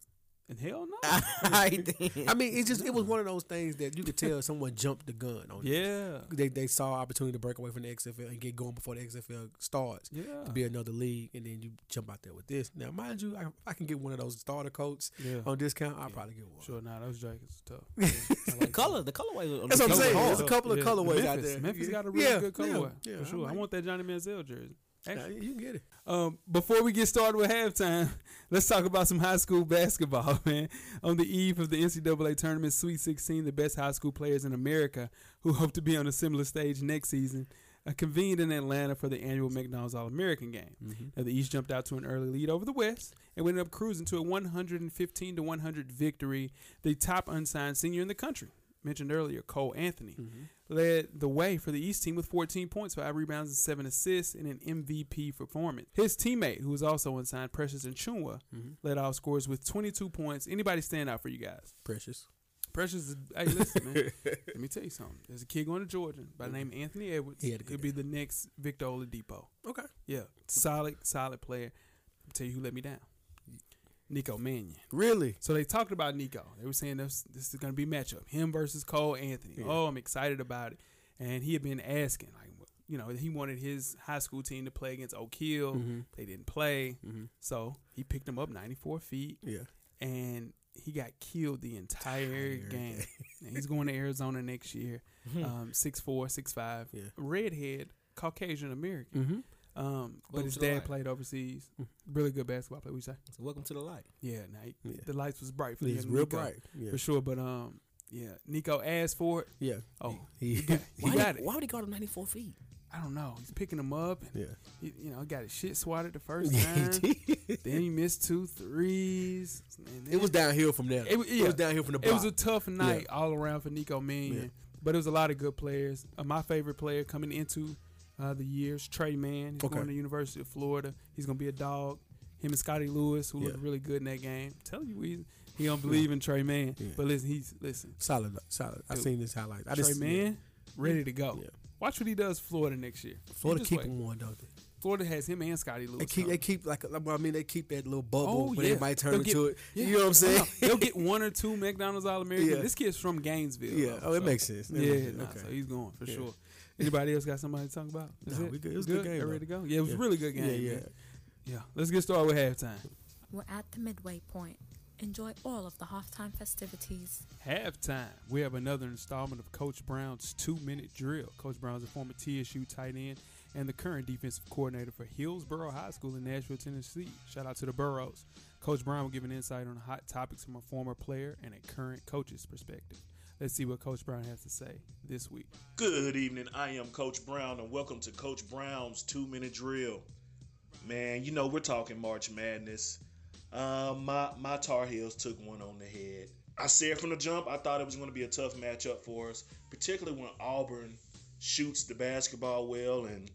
B: And hell no.
C: Ah.
D: I think.
C: I mean, it's just it was one of those things that you could tell *laughs* someone jumped the gun on.
B: *laughs*
C: it.
B: yeah,
C: they they saw opportunity to break away from the XFL and get going before the XFL starts.
B: yeah,
C: To be another league, and then you jump out there with this. Now, mind you, I, if I can get one of those starter coats
B: yeah.
C: on discount. I'll probably get one.
B: Sure, nah, those jackets are tough.
C: *laughs*
B: Yeah, I like
D: *laughs* the color, the colorway. on
C: That's
D: the
C: what I'm
D: colorway
C: saying.
D: is
C: There's a
D: up.
C: couple of
B: Yeah.
C: colorways
B: Memphis.
C: out there.
B: Memphis
C: Yeah.
B: got a really
C: Yeah,
B: good
C: yeah,
B: colorway
C: yeah,
B: for
C: I
B: sure. I,
C: like
B: want that Johnny Manziel jersey.
C: Nah,
B: Actually,
C: you can get it.
B: um, before we get started with halftime, *laughs* let's talk about some high school *laughs* basketball, man. On the eve of the NCAA tournament, Sweet 16, the best high school players in America who hope to be on a similar stage next season uh, convened in Atlanta for the annual McDonald's All American game. Now, the East jumped out to an early lead over the West and we ended up cruising to a 115 to 100 victory. The top unsigned senior in the country, mentioned earlier, Cole Anthony, led the way for the East team with 14 points, five rebounds, and seven assists in an MVP performance. His teammate, who was also unsigned, Precious and Chunwa, led all scores with 22 points. Anybody stand out for you guys?
C: Precious.
B: Precious, is, hey, listen, man. let me tell you something. There's a kid going to Georgia by the name of Anthony Edwards.
C: He had a good
B: He'll be the next Victor Oladipo.
C: Okay.
B: Yeah, solid, solid player. I'll tell you who let me down. Nico Mannion.
C: Really?
B: So they talked about Nico. They were saying this, this is going to be matchup him versus Cole Anthony.
C: Yeah.
B: Oh, I'm excited about it. And he had been asking, like, you know, he wanted his high school team to play against Oak Hill. They didn't play, so he picked him up 94 feet,
C: Yeah.
B: and he got killed the entire
C: Entire
B: game. and he's going to Arizona next year.
D: *laughs* Uh,
B: Um, six four, six five,
C: Yeah.
B: redhead, Caucasian American.
C: Mm-hmm.
B: Um, but
D: Welcome
B: his
D: to the
B: dad
D: light.
B: played overseas.
C: Mm.
B: Really good basketball player. We say,
D: So welcome to the light.
B: yeah, now he-
C: Yeah.
B: the lights was bright for
C: He's
B: him,
C: real
B: Nico
C: bright. Yeah.
B: for sure. But um, Yeah, Nico asked for it. *laughs*
C: Yeah.
B: Oh,
C: *laughs* He,
B: he got it.
D: Why would he guard him 94 feet?
B: I don't know. He's picking him up. And
C: yeah.
B: he, you know, got his shit swatted the first time. then he missed two threes. And
C: it was downhill from there.
B: It
C: It,
B: wa- yeah.
C: was downhill from the
B: It was
C: block.
B: a tough night all around for Nico Mannion,
C: Yeah.
B: but it was a lot of good players. Uh, my favorite player coming into uh, the years, Trey Mann. He's
C: Okay.
B: going to University of Florida. He's going to be a dog. Him and Scotty Lewis, who
C: Yeah.
B: looked really good in that game. Tell you, he, he don't believe in Trey Mann,
C: Yeah.
B: but listen, he's listen.
C: solid, solid. I
B: Dude.
C: seen this highlight. I
B: Trey
C: just
B: Mann, ready to go.
C: Yeah.
B: Watch what he does Florida next year. You
C: Florida
B: just Oh,
C: keep
B: wait.
C: him on, don't they?
B: Florida has him and Scotty Lewis.
C: They keep,
B: now.
C: they keep like I mean they keep that little bubble
B: Oh,
C: where
B: yeah.
C: they might turn
B: They'll
C: into
B: get-
C: it.
B: *laughs*
C: You know what I'm saying?
B: No, they'll get one or two McDonald's All American.
C: Yeah.
B: This kid's from Gainesville.
C: yeah.
B: though,
C: oh, it
B: so-
C: makes sense. It
B: Yeah,
C: makes sense.
B: nah, so he's going for
C: Yeah.
B: sure. Anybody else got somebody to talk about? That's
C: Nah, we good. It was a good game,
B: They
C: though.
B: Ready to go? Yeah, it was
C: Yeah.
B: a really good game.
C: Yeah, yeah.
B: man. Yeah. Let's get started with halftime.
A: We're at the midway point. Enjoy all of the halftime festivities.
B: Halftime. We have another installment of Coach Brown's two-minute drill. Coach Brown's a former TSU tight end and the current defensive coordinator for Hillsborough High School in Nashville, Tennessee. Shout out to the Burrows. Coach Brown will give an insight on hot topics from a former player and a current coach's perspective. Let's see what Coach Brown has to say this week.
E: Good evening. I am Coach Brown, and welcome to Coach Brown's Two Minute Drill. Man, you know we're talking March Madness. Um, my my Tar Heels took one on the head. I said from the jump, I thought it was going to be a tough matchup for us, particularly when Auburn shoots the basketball well. And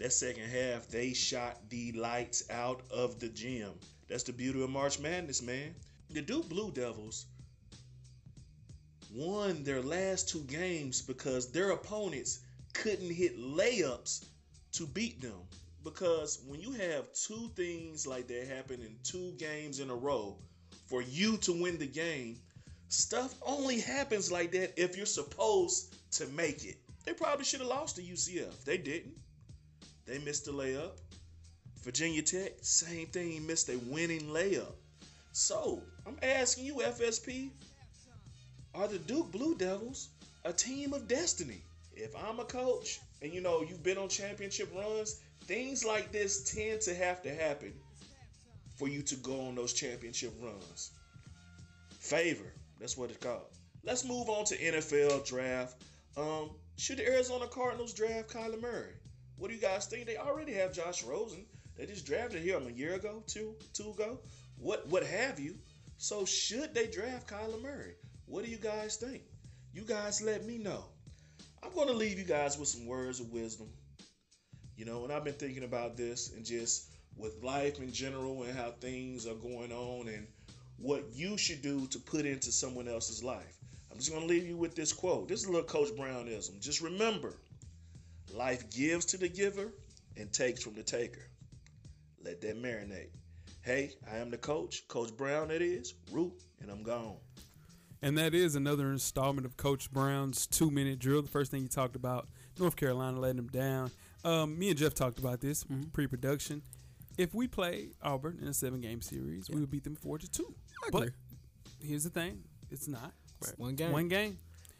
E: that second half, they shot the lights out of the gym. That's the beauty of March Madness, man. The Duke Blue Devils won their last two games because their opponents couldn't hit layups to beat them. Because when you have two things like that happen in two games in a row for you to win the game, stuff only happens like that if you're supposed to make it. They probably should have lost to UCF. They didn't. They missed a layup. Virginia Tech, same thing, missed a winning layup. So, I'm asking you, FSP, are the Duke Blue Devils a team of destiny? If I'm a coach and you know you've been on championship runs, things like this tend to have to happen for you to go on those championship runs. Favor, that's what it's called. Let's move on to NFL draft. Um, should the Arizona Cardinals draft Kyler Murray? What do you guys think? They already have Josh Rosen. They just drafted him a year ago, two two ago. What what have you? So should they draft Kyler Murray? What do you guys think? You guys let me know. I'm going to leave you guys with some words of wisdom. You know, and I've been thinking about this and just with life in general and how things are going on and what you should do to put into someone else's life. I'm just going to leave you with this quote. This is a little Coach Brownism. Just remember, life gives to the giver and takes from the taker. Let that marinate. Hey, I am the coach, Coach Brown, it is, Root, and I'm gone.
B: And that is another installment of Coach Brown's two minute drill. The first thing he talked about, North Carolina letting him down. Um, me and Jeff talked about this
D: Mm-hmm.
B: pre production. If we play Auburn in a seven game series, we would beat them four to two. But
C: agree.
B: here's the thing it's not
D: It's one game.
B: one game.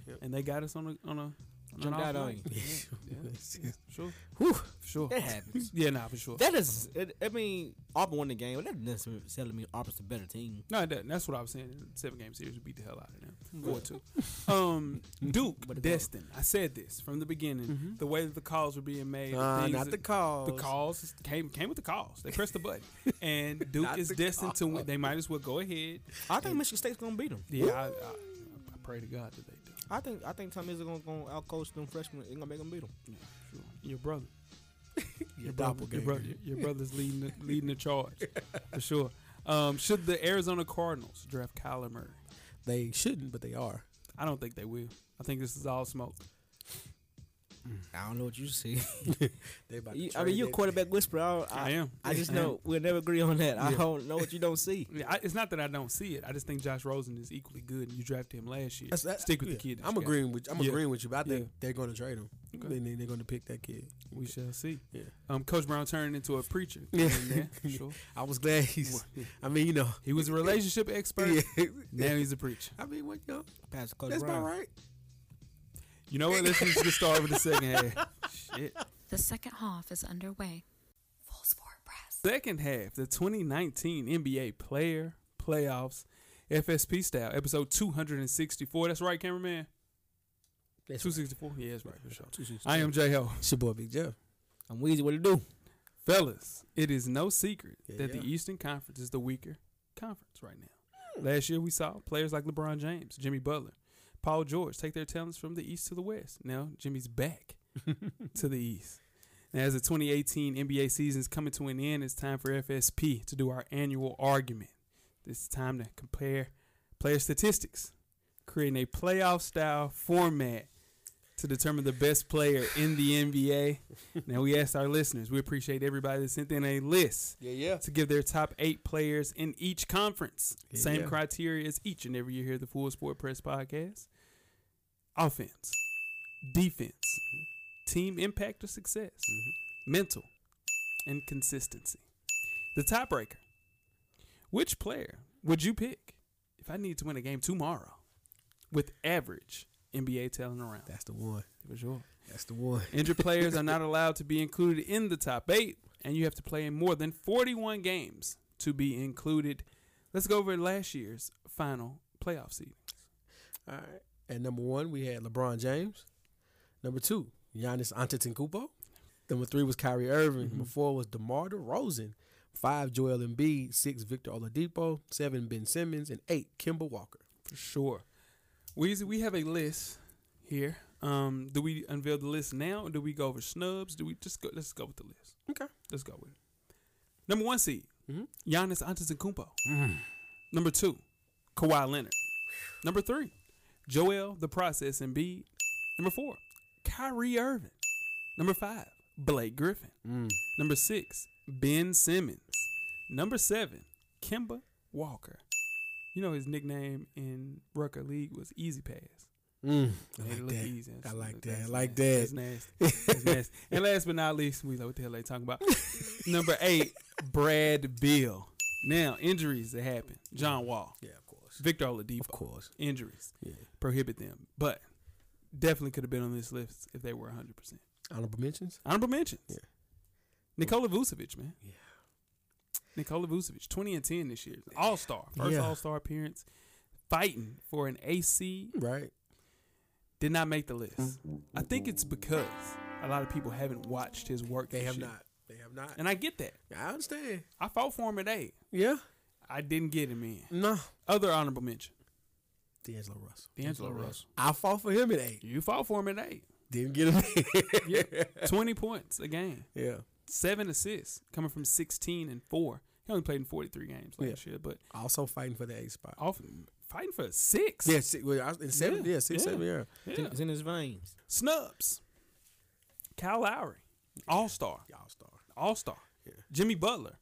C: Yep.
B: And they got us on a on a on an
D: Jumped
B: off
D: out on
B: night.
D: you.
B: Yeah, yeah, sure,
C: Whew.
B: for
D: *laughs*
B: sure.
D: That happens.
B: Yeah, nah, for sure.
D: That is, it, I mean, Auburn won the game. But that doesn't necessarily mean Auburn's the better team.
B: No, it doesn't. That's what I was saying. Seven game series would beat the hell out of them. Four two. *laughs* Um, Duke,
D: But it
B: Destin. I said this from the beginning. The way that the calls were being made,
C: *laughs*
D: Uh,
C: Nah,
B: things
C: not
B: that-
C: the calls.
B: The calls came came with the calls. They pressed the *laughs* button, and Duke
C: Not
B: is
C: the
B: destined to win. They might as well go ahead.
D: I think Michigan State's gonna beat them.
B: Yeah, I, I, I pray to God that they do.
D: I think I think Tom is gonna, gonna outcoach them freshmen. It's gonna make them beat them.
B: Yeah, sure. Your brother.
C: Your
B: brother- Your,
C: doppelganger.
B: brother, *laughs* your brother's leading the, leading the
D: *laughs*
B: charge for sure. Um, should the Arizona Cardinals draft Kyler Murray?
C: They shouldn't, but they are.
B: I don't think they will. I think this is all smoke.
D: I don't know what you see.
C: They about to
D: *laughs* You- I
C: trade
D: mean, you're a
C: that-
D: quarterback whisperer. I, I,
B: I am.
D: I just
B: I am.
D: know we'll never agree on that. I don't know what you don't *laughs* see.
B: Yeah, I, it's not that I don't see it. I just think Josh Rosen is equally good, and you drafted him last year.
C: That's- that-
B: Stick with
C: yeah.
B: the kid. that
C: I'm
B: you got.
C: agreeing with I'm
B: Yeah.
C: agreeing with you, but I think
B: Yeah.
C: they're going to trade him.
B: Okay.
C: They They, are going to pick that kid.
B: We shall see.
C: Yeah.
B: Um, Coach Brown turned into a preacher.
C: *laughs* Yeah.
B: Yeah, for sure.
C: I was glad he's. I mean, you know.
B: He was a relationship expert.
C: Yeah.
B: Now he's a preacher.
C: I mean, what yo?
D: Pastor Coach
C: That's
D: Brown.
C: about right.
B: You know what? Let's just get started with the second
C: *laughs*
B: half. Shit.
A: The second half is underway. Full Sport Press.
B: Second half, the 2019 NBA Player Playoffs. FSP style, episode 264. That's right, cameraman.
C: That's right.
B: 264. Yeah, that's right for sure. I am J Ho.
C: It's your boy Big Jeff.
D: I'm Weezy. What it do?
B: Fellas, it is no secret
C: Yeah,
B: that
C: yeah.
B: the Eastern Conference is the weaker conference right now.
C: Hmm.
B: Last year, we saw players like LeBron James, Jimmy Butler, Paul George take their talents from the East to the West. Now, Jimmy's
C: *laughs*
B: back to the East. Now, as the 2018 NBA season is coming to an end, it's time for FSP to do our annual argument. It's time to compare player statistics, creating a playoff style format to determine the best player in the
C: *laughs*
B: NBA. Now we asked our listeners. We appreciate everybody that sent in a list
C: Yeah, yeah.
B: to give their top eight players in each conference.
C: Yeah.
B: Same criteria as each and every year here at the Full Sport Press Podcast. Offense, defense,
C: Mm-hmm.
B: team impact or success, mental, and consistency. The tiebreaker. Which player would you pick if I need to win a game tomorrow with average NBA talent around?
C: That's the one.
B: It was yours.
C: That's the one.
B: Injured players are *laughs* not allowed to be included in the top eight, and you have to play in more than 41 games to be included. Let's go over last year's final playoff seed.
C: All right. At number one, we had LeBron James. Number two, Giannis Antetokounmpo. Number three was Kyrie Irving.
B: Mm-hmm.
C: Number four was DeMar DeRozan. Five, Joel Embiid. Six, Victor Oladipo. Seven, Ben Simmons. And eight, Kimber Walker.
B: For sure. Weezy, we have a list here. Um, do we unveil the list now, or do we go over snubs? Do we just go? Let's go with the list.
C: Okay.
B: Let's go with it. Number one seed,
C: Mhm.
B: Giannis Antetokounmpo. Number two, Kawhi Leonard. Number three, Joel the Process Embiid. Number four, Kyrie Irving. Number five, Blake Griffin.
C: Mm.
B: Number six, Ben Simmons. Number seven, Kimba Walker. You know his nickname in Rucker League was Easy Pass.
C: Mm.
B: Made it
C: I like
B: look
C: that.
B: easy.
C: I
B: That's-
C: like that. I
B: that's
C: like
B: nasty. That's
C: that.
B: nasty. That's nasty.
C: *laughs*
B: And last but not least, we know what the hell they talking about. Number eight, Brad Bill. Now injuries that happen. John Wall,
C: Yeah, of course.
B: Victor Oladipo,
C: Of course.
B: injuries
C: Yeah.
B: prohibit them, but definitely could have been on this list if they were 100. percent
C: Honorable mentions?
B: Honorable mentions.
C: Yeah.
B: Nikola Vucevic, man.
C: Yeah.
B: Nikola Vucevic, 20 and 10 this year. All star. First
C: Yeah.
B: all star appearance. Fighting for an AC.
C: Right.
B: Did not make the list. I think it's because a lot of people haven't watched his work.
C: They
B: this
C: have
B: year.
C: not. They have not.
B: And I get that.
C: I understand.
B: I fought for him at eight.
C: Yeah.
B: I didn't get him in.
C: No.
B: Other honorable mention
C: D'Angelo Russell.
B: D'Angelo Russell.
C: I fought for him at eight.
B: You fought for him at
C: *laughs*
B: eight.
C: Didn't get him.
B: *laughs* Yeah. 20 points a game.
C: yeah.
B: seven assists coming from 16 and four. He only played in 43 games last year, but
C: Also fighting for the eight spot.
B: often fighting for a six.
C: Yeah, six, well, I was in seven.
B: Oh. Yeah,
C: Yeah, six,
B: yeah.
C: seven. Yeah,
D: It's, in, it's in his *laughs* veins.
B: Snubs. Kyle Lowry, All Star,
C: y'all star.
B: All Star. Jimmy Butler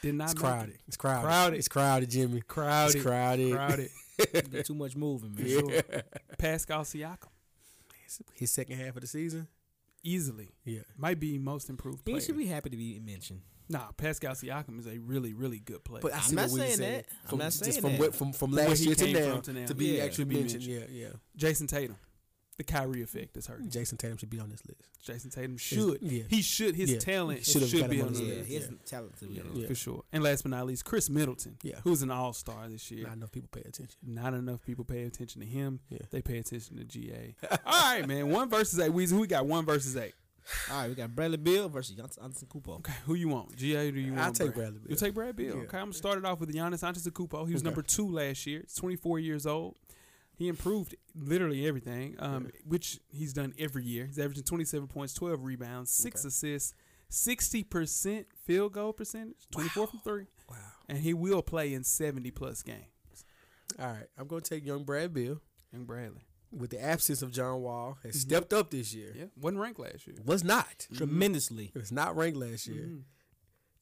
B: did not.
C: It's
B: make
C: crowded.
B: it.
C: It's crowded.
B: Crowded.
C: It's crowded, Jimmy.
B: Crowded.
C: It's crowded. *laughs*
B: Crowded.
D: Got too much moving, man.
B: Sure. Pascal Siakam
C: His second half of the season.
B: easily
C: Yeah.
B: might be most improved
D: He
B: player.
D: should be happy to be mentioned.
B: nah, Pascal Siakam is a really really good player.
C: But I
D: I'm
C: see
D: not
C: what Weezy
D: saying
C: said.
D: that. I'm
C: From,
D: not
C: just
D: saying
C: from
D: that.
C: where- from from
B: where
C: last
B: he
C: year to
B: came from
C: now,
B: to now.
C: to be
D: Yeah,
C: actually
B: to be
C: mentioned. Yeah,
B: Jason Tatum, the Kyrie effect is hurting.
C: yeah. Jason Tatum should be on this list.
B: Jason Tatum should.
C: yeah.
B: He should. His
C: Yeah.
B: talent should,
C: Should've got
B: be
C: him
B: on
C: on
B: the
C: his
D: Yeah,
B: list.
C: Yeah,
D: he has
C: yeah.
D: some talent to be
B: Yeah,
D: on.
C: Yeah.
B: for sure. And last but not least, Chris Middleton,
C: Yeah.
B: who's an all star this year.
C: Not enough people pay attention.
B: Not enough people pay attention to him.
C: Yeah.
B: They pay attention to GA. *laughs* all right, man. One versus eight. Weezy, who we got one versus eight.
D: All right, we got Bradley Bill versus Giannis Antetokounmpo.
B: Okay, who you want? GA, do you want?
C: I'll
B: Brad?
C: take Bradley Beal.
B: You take Brad Bill.
C: Yeah.
B: Okay, I'm gonna start it off with Giannis Antetokounmpo. He was
C: Okay.
B: number two last year. He's 24 years old. He improved literally everything, um, which he's done every year. He's averaging 27 points, 12 rebounds, six assists, 60 percent field goal percentage, 24 from three,
C: Wow.
B: and he will play in 70 plus games.
C: All right, I'm gonna take young Brad Bill.
B: Young Bradley.
C: With the absence of John Wall, has stepped up this year.
B: Yeah, wasn't ranked last year.
C: Was not.
B: Mm-hmm.
D: Tremendously.
C: It was not ranked last year.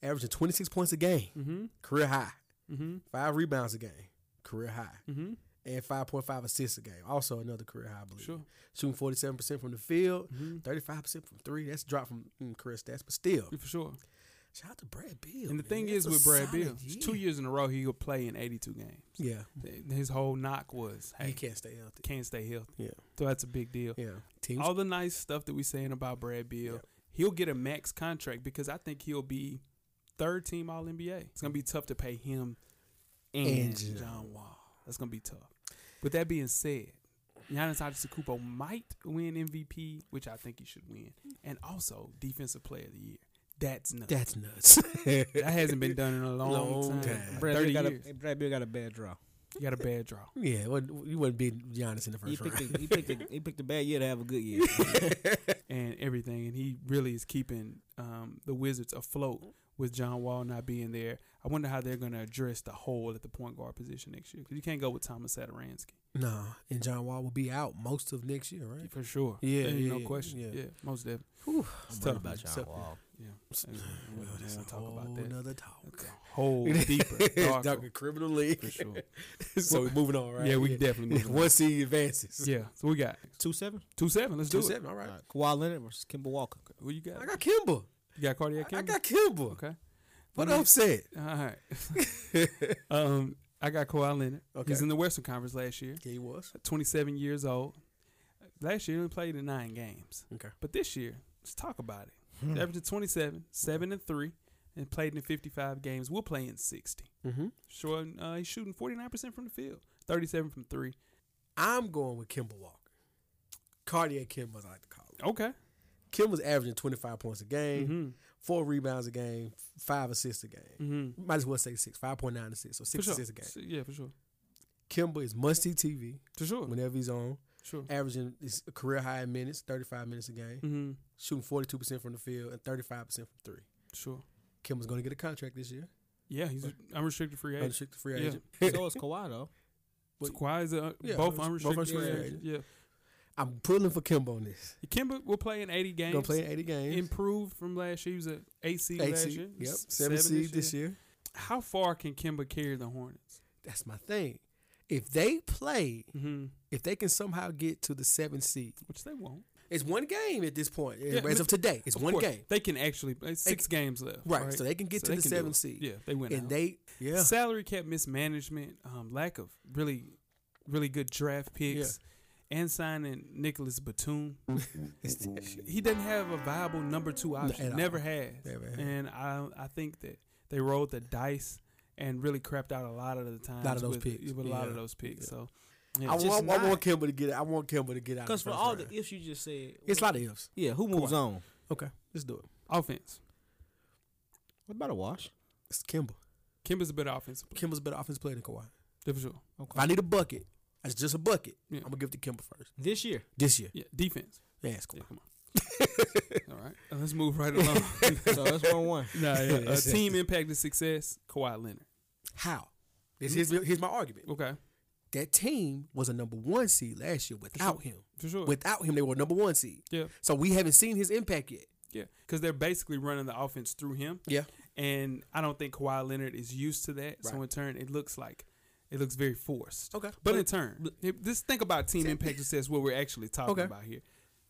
C: Averaging 26 points a game,
B: Mm-hmm.
C: career high.
B: Mhm.
C: Five rebounds a game, career high.
B: Mhm.
C: And 5.5 assists a game, also another career high, I believe.
B: Sure. Mm-hmm.
C: Shooting 47% from the field, 35% from three. That's dropped from mm, career stats, but still.
B: For sure.
C: Shout out to Brad Bill.
B: Mm-hmm. And the
C: man.
B: thing
C: That's
B: is
C: a
B: with Brad
C: solid
B: Bill, it's two years in a row he will play in 82 games.
C: Yeah,
B: His whole knock was, hey,
C: he can't stay healthy.
B: can't stay healthy.
C: Yeah,
B: So that's a big deal.
C: yeah. Teams,
B: All the nice stuff that we're saying about Brad Beal,
C: Yep.
B: he'll get a max contract because I think he'll be third team All NBA. It's gonna be tough to pay him
D: And
C: Angela.
B: John Wall. That's gonna be tough. With that being said, Giannis Antetokounmpo might win MVP, which I think he should win, and also Defensive Player of the Year. That's nothing.
C: That's nuts. *laughs*
B: That hasn't been done in a long,
C: Long
B: time.
C: time.
B: Thirty
D: Brad Beal, got
B: years.
D: a, Brad Beal got a bad draw.
B: You got a bad draw.
C: yeah, well, you wouldn't beat Giannis in the
D: He
C: first
D: picked,
C: round.
D: a, he, picked a, he picked a bad year to have a
B: *laughs*
D: good year.
B: and everything, and he really is keeping um, the Wizards afloat with John Wall not being there. I wonder how they're going to address the hole at the point guard position next year because you can't go with Thomas Sadaransky
C: no, and John Wall will be out most of next year, right?
B: for sure.
C: Yeah,
B: There ain't
C: yeah,
B: no
C: yeah,
B: question.
C: yeah.
B: Yeah, most definitely.
D: I'm
B: tough,
D: worried about
C: man.
D: John Wall.
B: Yeah,
C: So- *sighs*
B: Anyway, we
C: Well,
B: don't
C: that's a
B: wanna talk
C: whole
B: about that.
C: nother talk. *laughs*
B: That's a whole deeper,
C: Darker.
B: darker,
C: *laughs* criminal league.
B: for *laughs* sure.
C: so we're moving on, right?
B: Yeah, we
C: *laughs*
B: definitely move on.
C: Once he advances.
B: Yeah, so we got
D: Two seven.
B: two seven. Let's do it.
C: Two seven, all right.
D: All right. Kawhi Leonard versus Kimball Walker.
B: Who you got?
C: I got Kimba.
B: You got
C: I-
B: cardiac?
C: I
B: Kimber?
C: got Kimba.
B: Okay.
C: What
B: Let me-
C: upset?
B: All right.
C: *laughs*
B: *laughs* um, I got Kawhi Leonard. He's
C: Okay.
B: in the Western Conference last year.
C: Yeah, he was.
B: 27 years old. Last year, he only played in nine games.
C: Okay.
B: But this year, let's talk about it.
C: Hmm.
B: He's Averaging 27, 7 and 3, and played in 55 games. We'll play in 60.
C: Mm-hmm.
B: Sure, uh, he's shooting 49% from the field, 37 from three.
C: I'm going with Kimba Walker. Cardiac Kimba, as I like to call him.
B: Okay.
C: Kimba's averaging 25 points a game,
B: Mm-hmm.
C: four rebounds a game, five assists a game.
B: Mm-hmm.
C: Might as well say six, 5.9 assists, so
B: For
C: six
B: sure.
C: assists a game.
B: S- Yeah, for sure.
C: Kimba is must see TV
B: For sure.
C: whenever he's on,
B: Sure.
C: averaging his career high in minutes, 35 minutes a game,
B: Mm-hmm.
C: shooting 42% from the field and 35% from three.
B: Sure.
C: Kimba's going to get a contract this year,
B: Yeah, he's an unrestricted free agent.
C: unrestricted free
B: Yeah.
C: agent. *laughs*
D: So is
B: *laughs*
D: Kawhi though.
B: So Kawhi is a,
C: Yeah,
B: both
C: unres- both
B: unrestricted
C: unrestricted
B: free
C: free
B: agents. Yeah.
C: I'm pulling for Kimba on this.
B: Kimba will play in 80 games.
C: Going to play in 80 games.
B: Improved from last year. He was an eight seed
C: Eight
B: last
C: seed,
B: year.
C: Yep.
B: S-
C: Seven,
B: seven
C: seed this year.
B: How far can Kimba carry the Hornets?
C: That's my thing. If they play,
B: Mm-hmm.
C: if they can somehow get to the seventh seed,
B: Which they won't.
C: it's one game at this point.
B: Yeah,
C: as of
B: Mr.
C: today, it's
B: Of
C: one
B: course,
C: game.
B: They can actually it's
C: They
B: six games left.
C: Right, so they can get to the
B: do
C: seventh
B: it.
C: seed.
B: Yeah, they win.
C: And they, yeah,
B: salary cap mismanagement, um, lack of really, really good draft picks, and signing Nicholas
C: *laughs*
B: Batum. he doesn't have a viable number two
C: at
B: option.
C: all.
B: Never has.
C: Never has.
B: And I I think that they rolled the dice and really crapped out a lot of the time.
C: of those
B: with,
C: picks.
B: With a lot of
C: Yeah.
B: those picks.
C: Yeah.
B: So
C: I
B: yeah,
C: want,
B: just
C: I
D: not-
C: want Kimba to get it. I want Kimba to get out.
D: Because
C: Because
D: for all the ifs you just said,
C: it's a lot of ifs.
D: yeah, who moves on?
C: Okay, let's do it.
B: offense.
D: What about a wash?
C: It's Kimba.
B: Kimba's a better offensive player.
C: Kimba's a better offensive player than Kawhi.
B: Yeah, for sure.
C: If I need a bucket, it's just a bucket.
B: Yeah.
C: I'm gonna give it to Kimba first
B: *laughs*
D: This year,
C: this year.
B: Yeah, defense.
C: Yeah, it's Kawhi.
B: Yeah, come on. All right, Uh, *laughs* let's move right *laughs* along.
D: so that's one one.
B: no, yeah, uh,
C: That's-
B: team impact and success. Kawhi Leonard.
C: How? This here's, here's my argument.
B: Okay,
C: That team was a number one seed last year without him.
B: for sure.
C: Without him, they were number one seed.
B: yeah,
C: So we haven't seen his impact yet.
B: yeah, because they're basically running the offense through him,
C: Yeah.
B: and I don't think Kawhi Leonard is used to that. So
C: Right.
B: in turn, it looks like it looks very forced.
C: Okay.
B: but, in turn, if- just think about team impact and success. What we're actually talking
C: Okay.
B: about here.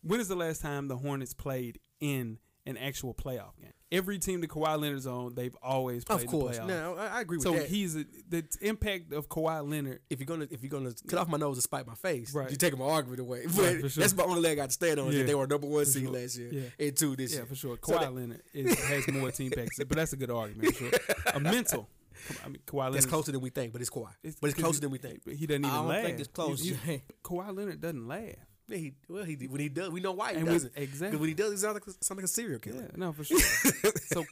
B: When is the last time the Hornets played in an actual playoff game? Every team that Kawhi Leonard's on, they've always played.
C: Of
B: in
C: course.
B: the playoffs.
C: Now I, I agree with
B: So
C: that.
B: he's a, the t- impact of Kawhi Leonard.
C: if you're gonna if you're gonna cut off my nose and spite my face,
B: Right.
C: you taking my argument away. *laughs* But
B: Right, for sure.
C: that's my only leg I got to stand on. Is
B: Yeah.
C: that they were number one seed
B: sure.
C: last year
B: Yeah.
C: and two this
B: Yeah,
C: year.
B: for sure.
C: So
B: Kawhi
C: that-
B: Leonard is, has more team packs, but that's a good argument. For sure. A mental. Come on, I mean, Kawhi Leonard.
C: That's closer than we think, but it's Kawhi. but it's closer than we think.
B: He doesn't even
D: I don't
B: laugh.
D: think it's close.
B: He's- he's- Kawhi Leonard doesn't laugh.
C: Yeah, he, well, he when he does, we know why he
B: And we-
C: doesn't. 'Cause
B: exactly.
C: when he does, he sounds like, sounds like a serial killer.
B: Yeah,
C: Yeah,
B: no, for sure.
C: *laughs*
B: so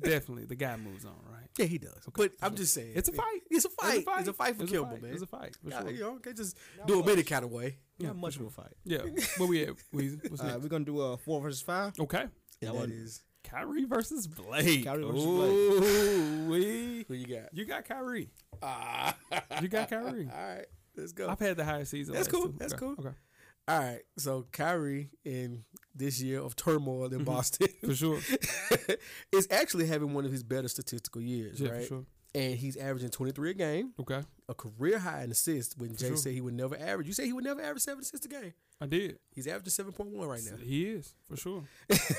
B: definitely, the guy moves on, right?
C: he does. but I'm just saying,
B: It's a fight.
C: It's a fight. It's a fight, for
B: It's a
C: Kimba,
B: fight.
C: man.
B: It's a fight. For
C: Yeah,
B: sure.
C: You know, can't just do him any kind of way.
B: Yeah,
D: *laughs* Not much of a fight.
B: Yeah.
C: *laughs*
B: Where we at? Weezy? What's
D: Uh,
B: next?
D: we're gonna do a four versus five.
B: Okay.
C: And
D: one-
C: that is
B: Kyrie versus Blake.
D: Kyrie versus
B: Ooh, we.
C: who you *laughs* got.
B: You got Kyrie. you got
C: *laughs*
B: Kyrie.
C: Ah. All right, let's go.
B: I've had the higher season.
C: That's
B: last
C: cool.
B: two.
C: That's
B: Okay.
C: cool.
B: Okay.
C: All right, so Kyrie in this year of turmoil in Boston
B: Mm-hmm. For sure.
C: *laughs* is actually having one of his better statistical years,
B: Yeah, for
C: right?
B: sure.
C: And he's averaging 23 a game,
B: Okay.
C: a career high in assists. When Jay
B: sure.
C: said he would never average, you say he would never average seven assists a game.
B: I did.
C: He's averaging 7.1 right now.
B: He is, for sure.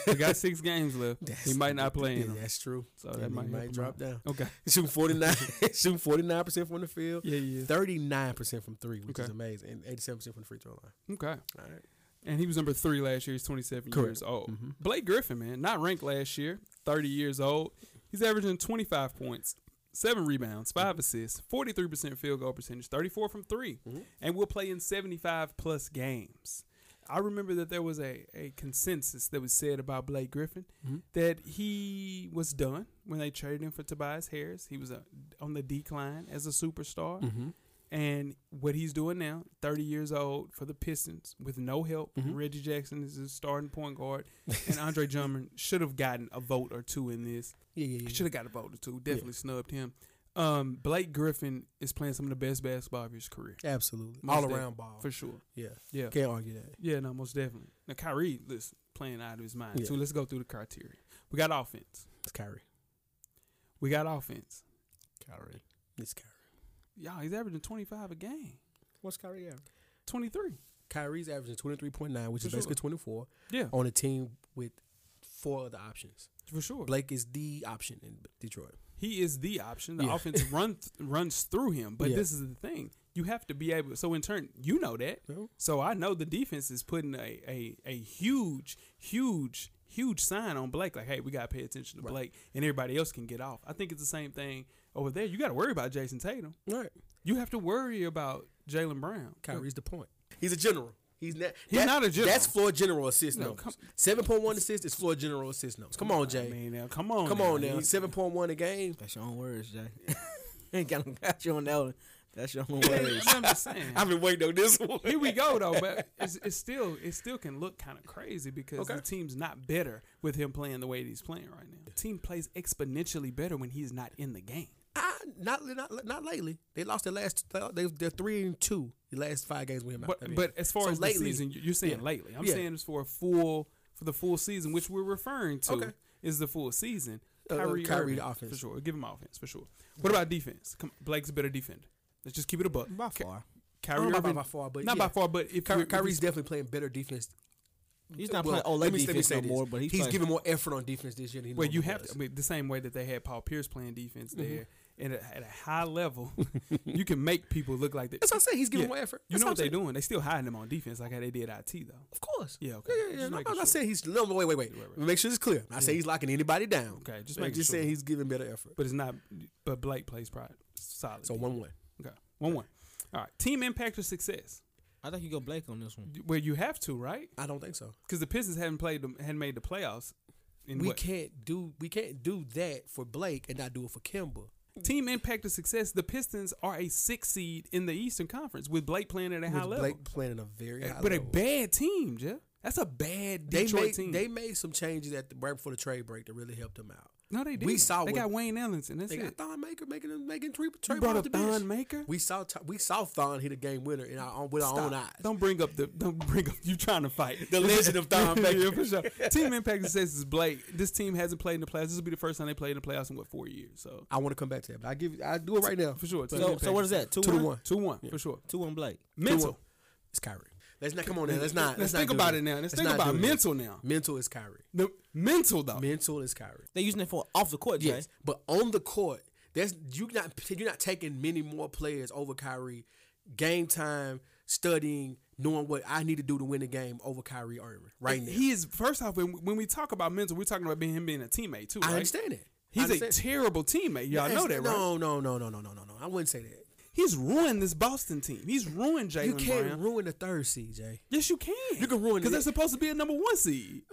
B: we got six games left. he might not play in
C: Yeah,
B: them.
C: that's true.
B: So
C: And
B: that
C: he
B: might, help him
C: drop
B: out.
C: down.
B: Okay.
C: *laughs* He's shooting 49, shooting 49 percent from the field,
B: Yeah, yeah.
C: 39 percent from three, which is
B: Okay.
C: amazing, and 87 percent from the free throw line.
B: Okay.
C: All right.
B: And he was number three last year. He's 27
C: Correct.
B: years old. Blake Griffin, man, not ranked last year, 30 years old. He's averaging 25 points, seven rebounds, five assists, 43% field goal percentage, 34 from 3 and will play in 75 plus games. I remember that there was a, a consensus that was said about Blake Griffin that he was done when they traded him for Tobias Harris. He was uh on the decline as a superstar. And what he's doing now, 30 years old for the Pistons with no help.
C: Mm-hmm.
B: Reggie Jackson is his starting point guard. and
C: *laughs*
B: Andre Drummond should have gotten a vote or two in this.
C: Yeah, yeah, yeah.
B: Should have got a vote or two. Definitely snubbed him. Um, Blake Griffin is playing some of the best basketball of his career.
C: Absolutely.
B: Most
C: All
B: definitely.
C: around ball.
B: For sure.
C: Yeah.
B: Yeah.
C: Can't argue that.
B: Yeah, no, most definitely. Now Kyrie listen, playing out of his mind
C: Yeah.
B: too. Let's go through the criteria. We got offense.
C: It's Kyrie.
B: We got offense.
C: Kyrie. It's Kyrie.
B: Y'all, he's averaging twenty five a game.
D: What's Kyrie average?
B: Twenty three.
C: Kyrie's averaging 23.9, which
B: For
C: is basically
B: sure.
C: 24,
B: Yeah.
C: on a team with four other options.
B: For sure.
C: Blake is the option in Detroit.
B: he is the option. The
C: Yeah. *laughs*
B: offense run th- runs through him. But
C: Yeah.
B: this is the thing. You have to be able so in turn, you know that.
C: Yeah.
B: So I know the defense is putting a, a a huge, huge, huge sign on Blake, like, hey, we gotta pay attention to
C: Right.
B: Blake and everybody else can get off. I think it's the same thing over there. You gotta worry about Jason Tatum.
C: All right.
B: You have to worry about Jalen Brown.
C: Kyrie's the point. He's a general. He's not.
B: He's
C: that-
B: not a general.
C: That's floor general assist
B: No,
C: numbers.
B: come-
C: Seven point one assist is floor general assist numbers. Come on,
B: I
C: Jay.
B: mean, now, come on,
C: Come on now.
B: He's-
C: Seven point one a game.
D: That's your own words, Jay. *laughs* Ain't got no got you on that one. That's *laughs* your own words.
B: *laughs* I'm just saying.
C: I've been waiting on this one.
B: Here we go though,
C: *laughs*
B: but it's, it's still it still can look kind of crazy because
C: Okay.
B: the team's not better with him playing the way that he's playing right now. The team plays exponentially better when he's not in the game.
C: Ah, not, not not lately. They lost their last. They they're three and two. The last five games with him. out. I
B: But
C: mean,
B: but as far
C: so
B: as the season, you- you're saying
C: yeah.
B: lately. I'm
C: Yeah.
B: saying it's for a full for the full season, which we're referring to
C: Okay.
B: is the full season.
C: Uh, uh,
B: Kyrie,
C: Kyrie
B: Irving,
C: the offense.
B: for sure. Give him offense for sure. What about defense? Come, Blake's a better defender. Let's just keep it a buck.
D: By
B: Ky-
D: far.
C: I
B: Kyrie
C: don't know about
B: Irving-
C: by far, but
B: not
C: yeah.
B: by far, but if
C: Kyrie,
B: you're- if you're-
C: Kyrie's definitely playing better defense.
D: He's not
C: Well,
D: playing Olay
C: let me- let me
D: defense
C: say
D: no
C: this.
D: more, but he's,
C: he's
D: playing-
C: giving more effort on defense this year. Than he
B: Well, you
C: normally
B: have
C: does.
B: to. I mean, the same way that they had Paul Pierce playing defense
C: Mm-hmm.
B: there and at, a, at a high
C: *laughs*
B: level, you can make people look like that.
C: That's what I say. He's giving
B: Yeah.
C: more effort.
B: You
C: That's
B: know what
C: I'm
B: they're
C: saying.
B: doing? They still hiding them on defense, like how they did IT though.
C: Of course.
B: Yeah, okay.
C: Yeah, yeah, yeah.
B: Just
C: No, I'm
B: making
C: not
B: sure.
C: saying he's no. Wait, wait, wait.
B: Right, right.
C: Make sure it's clear. I say he's locking anybody down.
B: Okay, just
C: I'm
B: making
C: just
B: sure.
C: saying he's giving better effort.
B: But it's not. But Blake plays pride solid.
C: So one one.
B: Okay, one one. All right, team impact or success?
D: I think you go Blake on this one.
B: Well, you have to, right?
C: I don't think so.
B: Because the Pistons haven't played, them, hadn't made the playoffs. In
C: we
B: what?
C: can't do we can't do that for Blake and not do it for Kimba.
B: Team impact or success? The Pistons are a six seed in the Eastern Conference with Blake playing at a high
C: With
B: level.
C: Blake playing a very high
B: but
C: level.
B: a bad team, Jeff. That's a bad
C: they
B: Detroit
C: made
B: team.
C: they made some changes at the, right before the trade break that really helped him out.
B: no, they did.
C: we saw
B: they
C: what-
B: got Wayne Ellington. That's
C: They got
B: it.
C: Thon Maker making him making three.
B: You
C: Trey
B: brought
C: off
B: up
C: the
B: Thon
C: bench.
B: Maker.
C: We saw Th- we saw Thon hit a game winner in our own, with our own eyes.
B: Stop. Don't bring up the. Don't bring up. You trying to fight
C: The legend of
B: *laughs*
C: Thon
B: Yeah,
C: Maker.
B: for sure. Team Impact says is Blake. This team hasn't played in the playoffs. This will be the first time they played in the playoffs in what four years. So
C: I want to come back to that, but I give I do it right now.
B: for sure. Team
D: So,
B: Impact
D: so what is that? Two,
C: Two to
D: one?
C: one.
B: Two one for sure.
D: Two one Blake.
B: Mental.
C: It's Kyrie. Let's not come on now. Let's not.
B: Let's
C: not
B: think
C: do
B: about
C: that.
B: it now. Let's think
C: not
B: about
C: do that.
B: mental now.
C: Mental is Kyrie.
B: The mental though.
C: Mental is Kyrie.
D: They're using it for off the court, Jay.
C: Yes, but on the court, that's you not you're not taking many more players over Kyrie. Game time, studying, knowing what I need to do to win the game over Kyrie Irving right now.
B: He is first off when when we talk about mental, we're talking about being him being a teammate too.
C: I
B: right?
C: understand it. I
B: He's a
C: understand.
B: terrible teammate. Y'all know that, right?
C: No, no, no, no, no, no, no, no. I wouldn't say that.
B: He's ruined this Boston team. He's ruined Jalen
C: You can't
B: Brown.
C: ruin the third seed, Jay.
B: yes, you can.
C: You can ruin
B: because
C: it.
B: they're supposed to be a number one seed.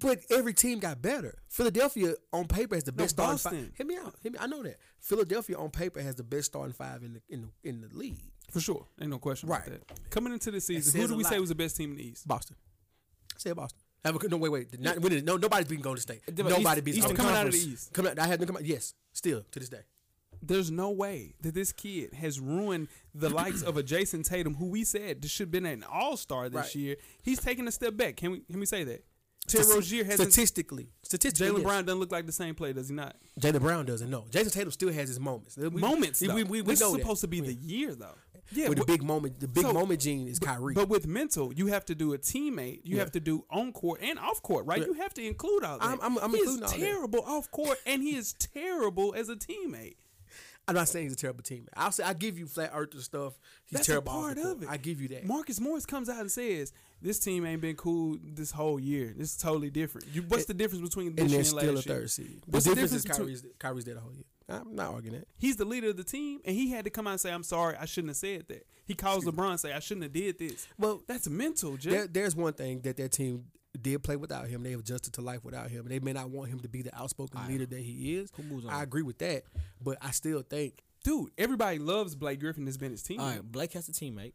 C: But every team got better. Philadelphia on paper has the best starting
B: Boston.
C: five. Hit me out. Hit me. I know that. Philadelphia on paper has the best starting five in the in the in the league.
B: For sure, ain't no question
C: Right.
B: about that. Coming into the
C: It
B: season,
C: says
B: who do
C: a
B: we
C: lot.
B: say was the best team in the East?
C: Boston. I said Boston. Have a, no, wait, wait. Not, we didn't- no, nobody's beating Golden State.
D: East-
C: Nobody beats
D: Eastern
C: Golden
B: coming out of
C: Conference.
B: the East.
C: Coming out, I had them come out. Yes, still to this day.
B: There's no way that this kid has ruined the likes of a Jason Tatum, who we said this should have been an All Star this
C: Right.
B: year. He's taking a step back. Can we can we say that? Terry Rozier hasn't.
C: statistically. Statistically,
B: Jalen
C: yes.
B: Brown doesn't look like the same player, does he not?
C: Jalen Brown doesn't know. Jason Tatum still has his moments. We-
B: Moments.
C: We,
B: Though.
C: we, we,
B: this
C: know
B: is
C: that.
B: supposed to be the year, though. Yeah,
C: With the
B: wh-
C: big moment, the big
B: So-
C: moment gene is Kyrie.
B: But with mental, you have to do a teammate. You
C: Yeah.
B: have to do on court and off court, right?
C: Yeah.
B: You have to include all that.
C: I'm- I'm- I'm
B: he
C: including
B: is
C: all that.
B: terrible off court, and he is terrible as a teammate.
C: I'm not saying he's a terrible teammate. I'll say I give you flat earther stuff. He's
B: That's
C: terrible.
B: a
C: off the
B: part
C: court.
B: of it.
C: I give you that.
B: Marcus Morris comes out and says, "This team ain't been cool this whole year. This is totally different. You, what's the difference between this
C: and
B: year
C: they're
B: and
C: still a
B: last year?
C: third seed. The
B: What's the
C: difference is
B: difference between-
C: Kyrie's, Kyrie's there the whole year. I'm not arguing that.
B: He's the leader of the team, and he had to come out and say, "I'm sorry, I shouldn't have said that." He calls LeBron, and say, "I shouldn't have did this."
C: Well,
B: That's mental, Jay.
C: there, there's one thing that their team did play without him. They adjusted to life without him. They may not want him to be the outspoken leader that he is.
D: Who moves
C: I
D: on?
C: agree with that, but I still think
B: Dude, everybody loves Blake Griffin as Bennett's teammate.
D: All right, Blake has a teammate.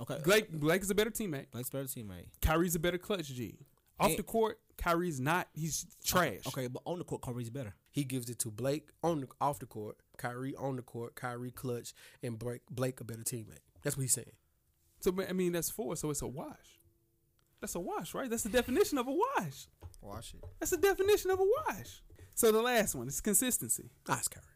D: Okay,
B: Blake Blake is a better teammate.
D: Blake's better teammate.
B: Kyrie's a better clutch G. Off
D: And-
B: the court, Kyrie's not. He's trash.
D: Okay, but on the court, Kyrie's better.
C: he gives it to Blake on the off the court, Kyrie on the court, Kyrie clutch, and Blake Blake a better teammate. That's what he's saying.
B: So I mean, that's four. So it's a wash. That's a wash, right? That's the definition of a wash.
F: Watch it.
B: That's the definition of a wash. So the last one is consistency.
C: Ah, it's Kyrie.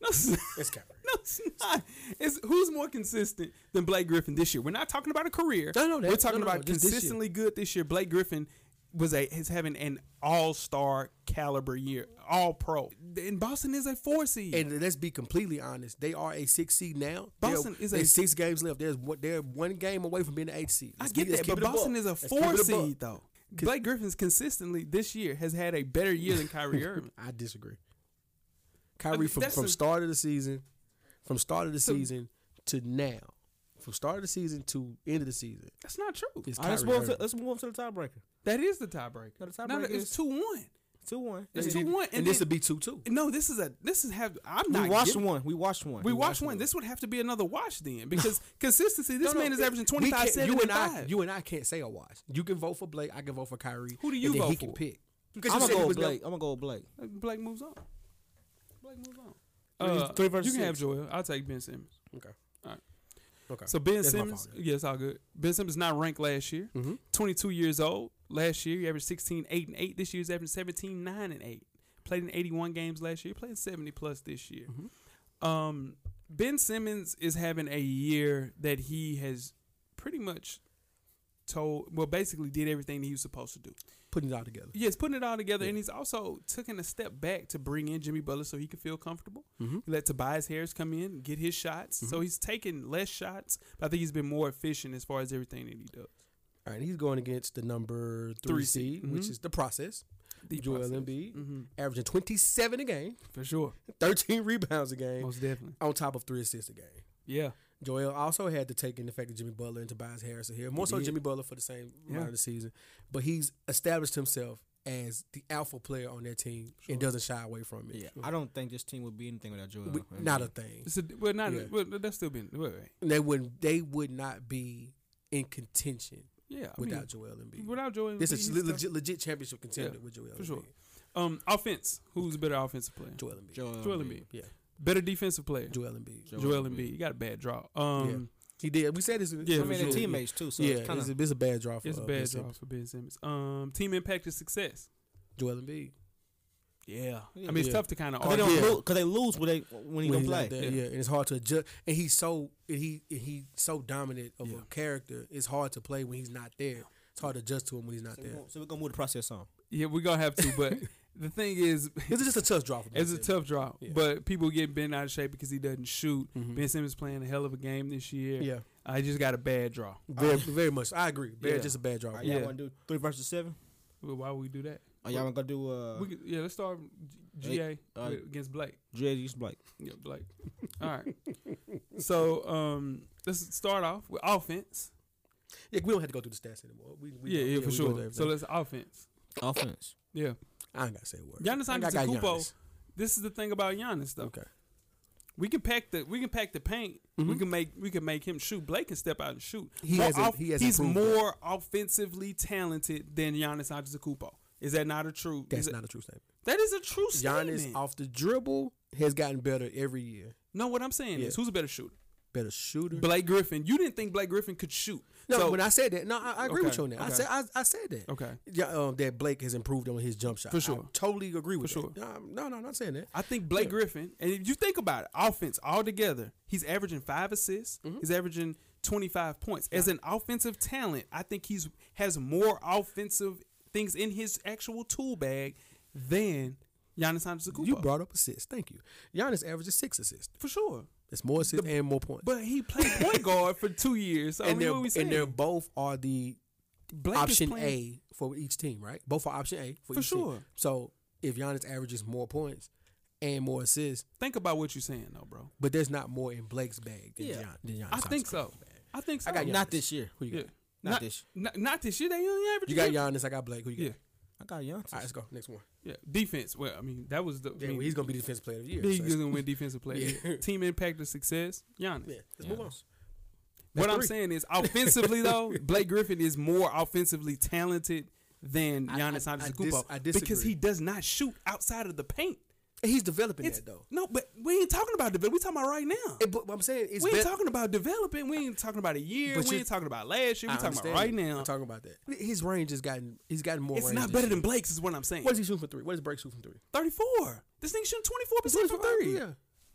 B: No, it's not.
C: It's Kyrie.
B: *laughs* No, it's not. It's who's more consistent than Blake Griffin this year. We're not talking about a career.
C: No, no, that-
B: we're talking
C: no, no,
B: about
C: no, just this year.
B: consistently good this year. Blake Griffin was a is having an all star caliber year, all pro. And Boston is a four seed.
C: And let's be completely honest. They are a six seed now.
B: Boston
C: They're-
B: is
C: there's
B: a-
C: six games left. There's one, they're one game away from being an eight seed.
B: I
C: Let's
B: get
C: be- let's
B: that,
C: keep
B: but
C: it a buck.
B: Boston is a
C: Let's keep
B: four
C: it a buck.
B: seed though. Blake Griffin's consistently this year has had a better year than Kyrie
C: *laughs*
B: Irving.
C: I disagree.
B: I mean,
C: Kyrie from,
B: that's
C: from
B: a-
C: start of the season, from start of the
B: So-
C: season to now, from start of the season to end of the season,
B: That's not true.
C: is
D: All
C: Kyrie.
D: right, let's move, on to,
C: Irving.
D: let's move on to the tiebreaker.
B: That is the tiebreaker.
D: No, the tiebreaker
B: no,
D: is-
B: it's two one.
D: Two one.
B: It's two one,
C: and this would be two two.
B: no. This is a this is have. I'm
D: We
B: not.
D: watched
B: giving-
D: one. We watched one.
B: We watched one. This would have to be another watch then, because consistency. This man is averaging
C: We
B: twenty five
C: can't-
B: seven
C: You
B: and
C: and I,
B: five.
C: you and I can't say a wash. You can vote for Blake. I can vote for Kyrie.
B: Who do
C: and
B: you
C: then
B: vote
C: he Can
B: for?
C: pick. Because you
D: I'm gonna
C: said he
D: go with
C: was never-
D: Blake. I'm gonna go with Blake.
B: Blake moves on. Blake moves on.
D: Three-
B: Uh,
D: three versus
B: you can have
D: six.
B: Joel. I'll take Ben Simmons.
C: Okay.
B: All right.
C: Okay.
B: So Ben
C: That's my
B: Simmons,
C: fault.
B: yeah, it's all good. Ben Simmons not ranked last year.
C: Mhm.
B: 22 years old. Last year, he averaged 16, 8, and 8. This year, he's averaging 17, 9, and 8. Played in 81 games last year. Played 70 plus this year.
C: Mm-hmm.
B: Um, ben Simmons is having a year that he has pretty much told, well, basically did everything he was supposed to do.
C: putting it all together.
B: Yes, putting it all together, and he's also taking a step back to bring in Jimmy Butler so he can feel comfortable.
C: Mm-hmm.
B: He let Tobias Harris come in, get his shots. So he's taking less shots, but I think he's been more efficient as far as everything that he does.
C: All right, he's going against the number three,
B: Three
C: seed,
B: seed, mhm.
C: which is the process.
B: The
C: Joel
B: process.
C: Embiid,
B: Mhm.
C: averaging twenty seven a game, *laughs*
B: for sure,
C: thirteen rebounds a game,
B: most definitely,
C: on top of three assists a game.
B: yeah.
C: Joel also had to take in the fact that Jimmy Butler and Tobias Harris are here. More so
B: did.
C: Jimmy Butler for the same
B: Yeah.
C: amount of the season. But he's established himself as the alpha player on their team and doesn't shy away from it.
D: Yeah, I don't think this team would be anything without Joel.
C: We-
D: Embiid.
C: not a thing.
B: It's a, well, not
C: Yeah.
B: well, that's still been wait, wait.
C: They would they would not be in contention
B: yeah. I
C: without
B: mean,
C: Joel Embiid.
B: without Joel,
C: this
B: Embiid,
C: is
B: he's
C: le-
B: still-
C: legit, legit championship contender with Joel
B: for
C: Embiid.
B: sure. Um, offense. Who's a better offensive player?
C: Joel Embiid.
D: Joel,
B: Joel
D: Embiid.
B: Embiid.
C: Yeah.
B: Better defensive player.
C: Joel Embiid.
D: Joel
B: Joel
D: Embiid.
B: Embiid. He got a bad draw. Um,
C: He did. We said this.
B: Yeah,
D: I mean,
B: for
D: they're
B: sure.
D: teammates too, so
C: yeah,
D: it's kind
C: it's,
D: of
C: a, it's a bad draw for
B: it's a
C: uh,
B: bad
C: Ben
B: draw
C: Simmons.
B: for Ben Simmons. Um, team impact and success.
C: Joel Embiid.
B: Yeah, I mean it's
C: Yeah.
B: tough to kind of
D: because they
B: argue.
D: don't
C: Yeah.
D: lose, cause they lose when they when
C: when
D: he don't
C: he's
D: play.
C: out there, Yeah. and it's hard to adjust. And he's so and he and he's so dominant of a character. It's hard to play when he's not there. It's hard to adjust to him when he's not
D: So, we're
C: there.
D: gonna, so we're gonna move the process on.
B: Yeah, we're gonna have to. But
C: *laughs*
B: the thing is,
C: It's just a tough draw for Ben
B: it's a
C: Simmons.
B: tough draw.
C: Yeah. Mm-hmm.
B: But people get Ben out of shape because he doesn't shoot. Ben Simmons playing a hell of a game this year.
C: Yeah,
B: I just got a bad draw.
C: very very much. I agree. Very
B: Yeah.
C: just a bad draw.
D: All right,
B: Yeah.
D: y'all wanna do three versus seven?
B: Well, why would we do that?
D: Or y'all gonna do uh,
B: we could, yeah, let's start with G-
D: Hey,
B: GA
D: uh,
B: against
C: *laughs*
B: Blake.
D: Jay against Blake?
B: Yeah, Blake. All right. So um, let's start off with offense.
C: Yeah, we don't have to go through the stats anymore. We, we
B: yeah, yeah,
C: we
B: for
C: go
B: sure.
C: through
B: So
C: everything.
B: let's offense.
D: Offense.
B: Yeah,
C: I ain't gotta say a word.
B: Giannis
C: I got- got
B: Antetokounmpo.
C: Giannis.
B: This is the thing about Giannis though.
C: Okay.
B: We can pack the we can pack the paint. We can make we can make him shoot. Blake can step out and shoot.
C: Mm-hmm. He has a- he has
B: he's
C: improved
B: more offensively talented than Giannis Antetokounmpo. Is that not a true?
C: That's
B: is
C: not a true statement.
B: That, that is a true statement.
C: Giannis off the dribble has gotten better every year.
B: no, what I'm saying
C: Yeah.
B: is who's a better shooter?
C: Better shooter.
B: Blake Griffin. You didn't think Blake Griffin could shoot.
C: no,
B: so,
C: when I said that, no, I, I agree with
B: Okay,
C: you on that. I
B: okay.
C: said I, I said that.
B: okay.
C: yeah, um, that Blake has improved on his jump shot.
B: For
C: I
B: sure.
C: totally agree with
B: For
C: that. Um, no, no, I'm not saying that.
B: I think Blake
C: Yeah.
B: Griffin, and if you think about it, offense altogether, he's averaging five assists.
C: Mm-hmm.
B: He's averaging twenty five points. As an offensive talent, I think he's has more offensive things in his actual tool bag than Giannis Antetokounmpo.
C: You brought up assists. Thank you. Giannis averages six assists.
B: for sure,
C: It's more assists and more points.
B: but he played point guard for two years. So I
C: and
B: mean,
C: they're
B: what we
C: and they're
B: saying?
C: both are the
B: Blake is
C: option
B: playing-
C: A for each team, right? Both are option A for,
B: For
C: each team.
B: sure.
C: So if Giannis averages more points and more assists.
B: Think about what you're saying, though, bro.
C: But there's not more in Blake's bag than
D: Yeah.
C: Gian. Than Giannis
B: I think
C: Antetokounmpo.
B: so. I think so.
C: I got
D: Not
C: Giannis.
D: this year.
C: Who you
B: Yeah.
C: got?
D: Not
B: Not-
D: this.
B: Not, not this year. They only average.
C: You got Giannis. I got Blake. Who you got?
B: Yeah.
D: I got Giannis.
C: All right, let's go. Next one.
B: Yeah, defense. Well, I mean, that was the.
C: Yeah,
B: I mean,
C: well, he's gonna be the defensive player of the year.
B: he's
C: so
B: gonna win defensive player. of the year.
C: *laughs* Yeah.
B: Team impact of success. Giannis.
C: yeah, let's move on.
B: what
C: That's
B: I'm
C: three.
B: saying
C: *laughs*
B: is, offensively though, Blake Griffin is more offensively talented than
C: I-
B: Giannis
C: I- I dis-
B: Antetokounmpo
C: I
B: because
C: disagree.
B: he does not shoot outside of the paint.
C: And he's developing
B: It's
C: that though.
B: no, but we ain't talking about develop. We talking about right now.
C: It, but what I'm saying is,
B: we ain't
C: bet-
B: talking about developing. We ain't talking about a year.
C: But
B: We
C: you-
B: ain't talking about last year. We talking
C: I
B: about
C: understand.
B: right now.
C: I'm talking about that. His range has gotten. He's gotten more.
B: it's
C: range
B: not
C: this
B: better
C: year.
B: than Blake's. Is what I'm saying.
C: What is he shooting from three? What is Blake shooting from three?
B: 34. This thing shooting 24 percent from three.
C: Yeah.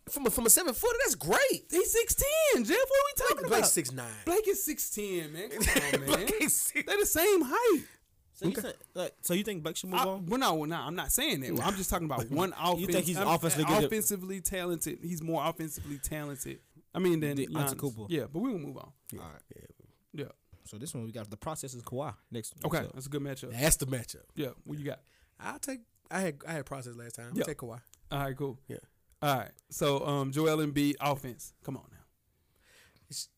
C: From a, from a seven footer, that's great.
B: He's 6'10, Jeff. What are we talking
C: Blake,
B: about?
C: Blake's six nine.
B: Blake is 6'10, man. Come on, man.
C: *laughs* Blake is six-
B: They're the same height.
D: So, you said, like, so you think Blake should move
B: I,
D: on?
B: well, no, well, no, I'm not saying that. I'm just talking
C: *laughs*
B: about one offense.
D: You think he's
B: I'm-
D: offensively good at-
B: offensively talented. He's more offensively talented. I mean, than
D: Than
B: Giannis.
D: Antetokounmpo.
B: Yeah, but we will move on.
D: All right.
B: Yeah.
D: So this one we got the process is Kawhi next. next
B: Okay,
D: up.
B: that's a good matchup.
C: That's the matchup.
B: Yeah, what you got?
C: I'll take. I had I had process last time. I'll
B: Yeah.
C: take Kawhi.
B: All right, cool.
C: Yeah.
B: All right, so um, Joel Embiid offense. Come on now.
C: It's-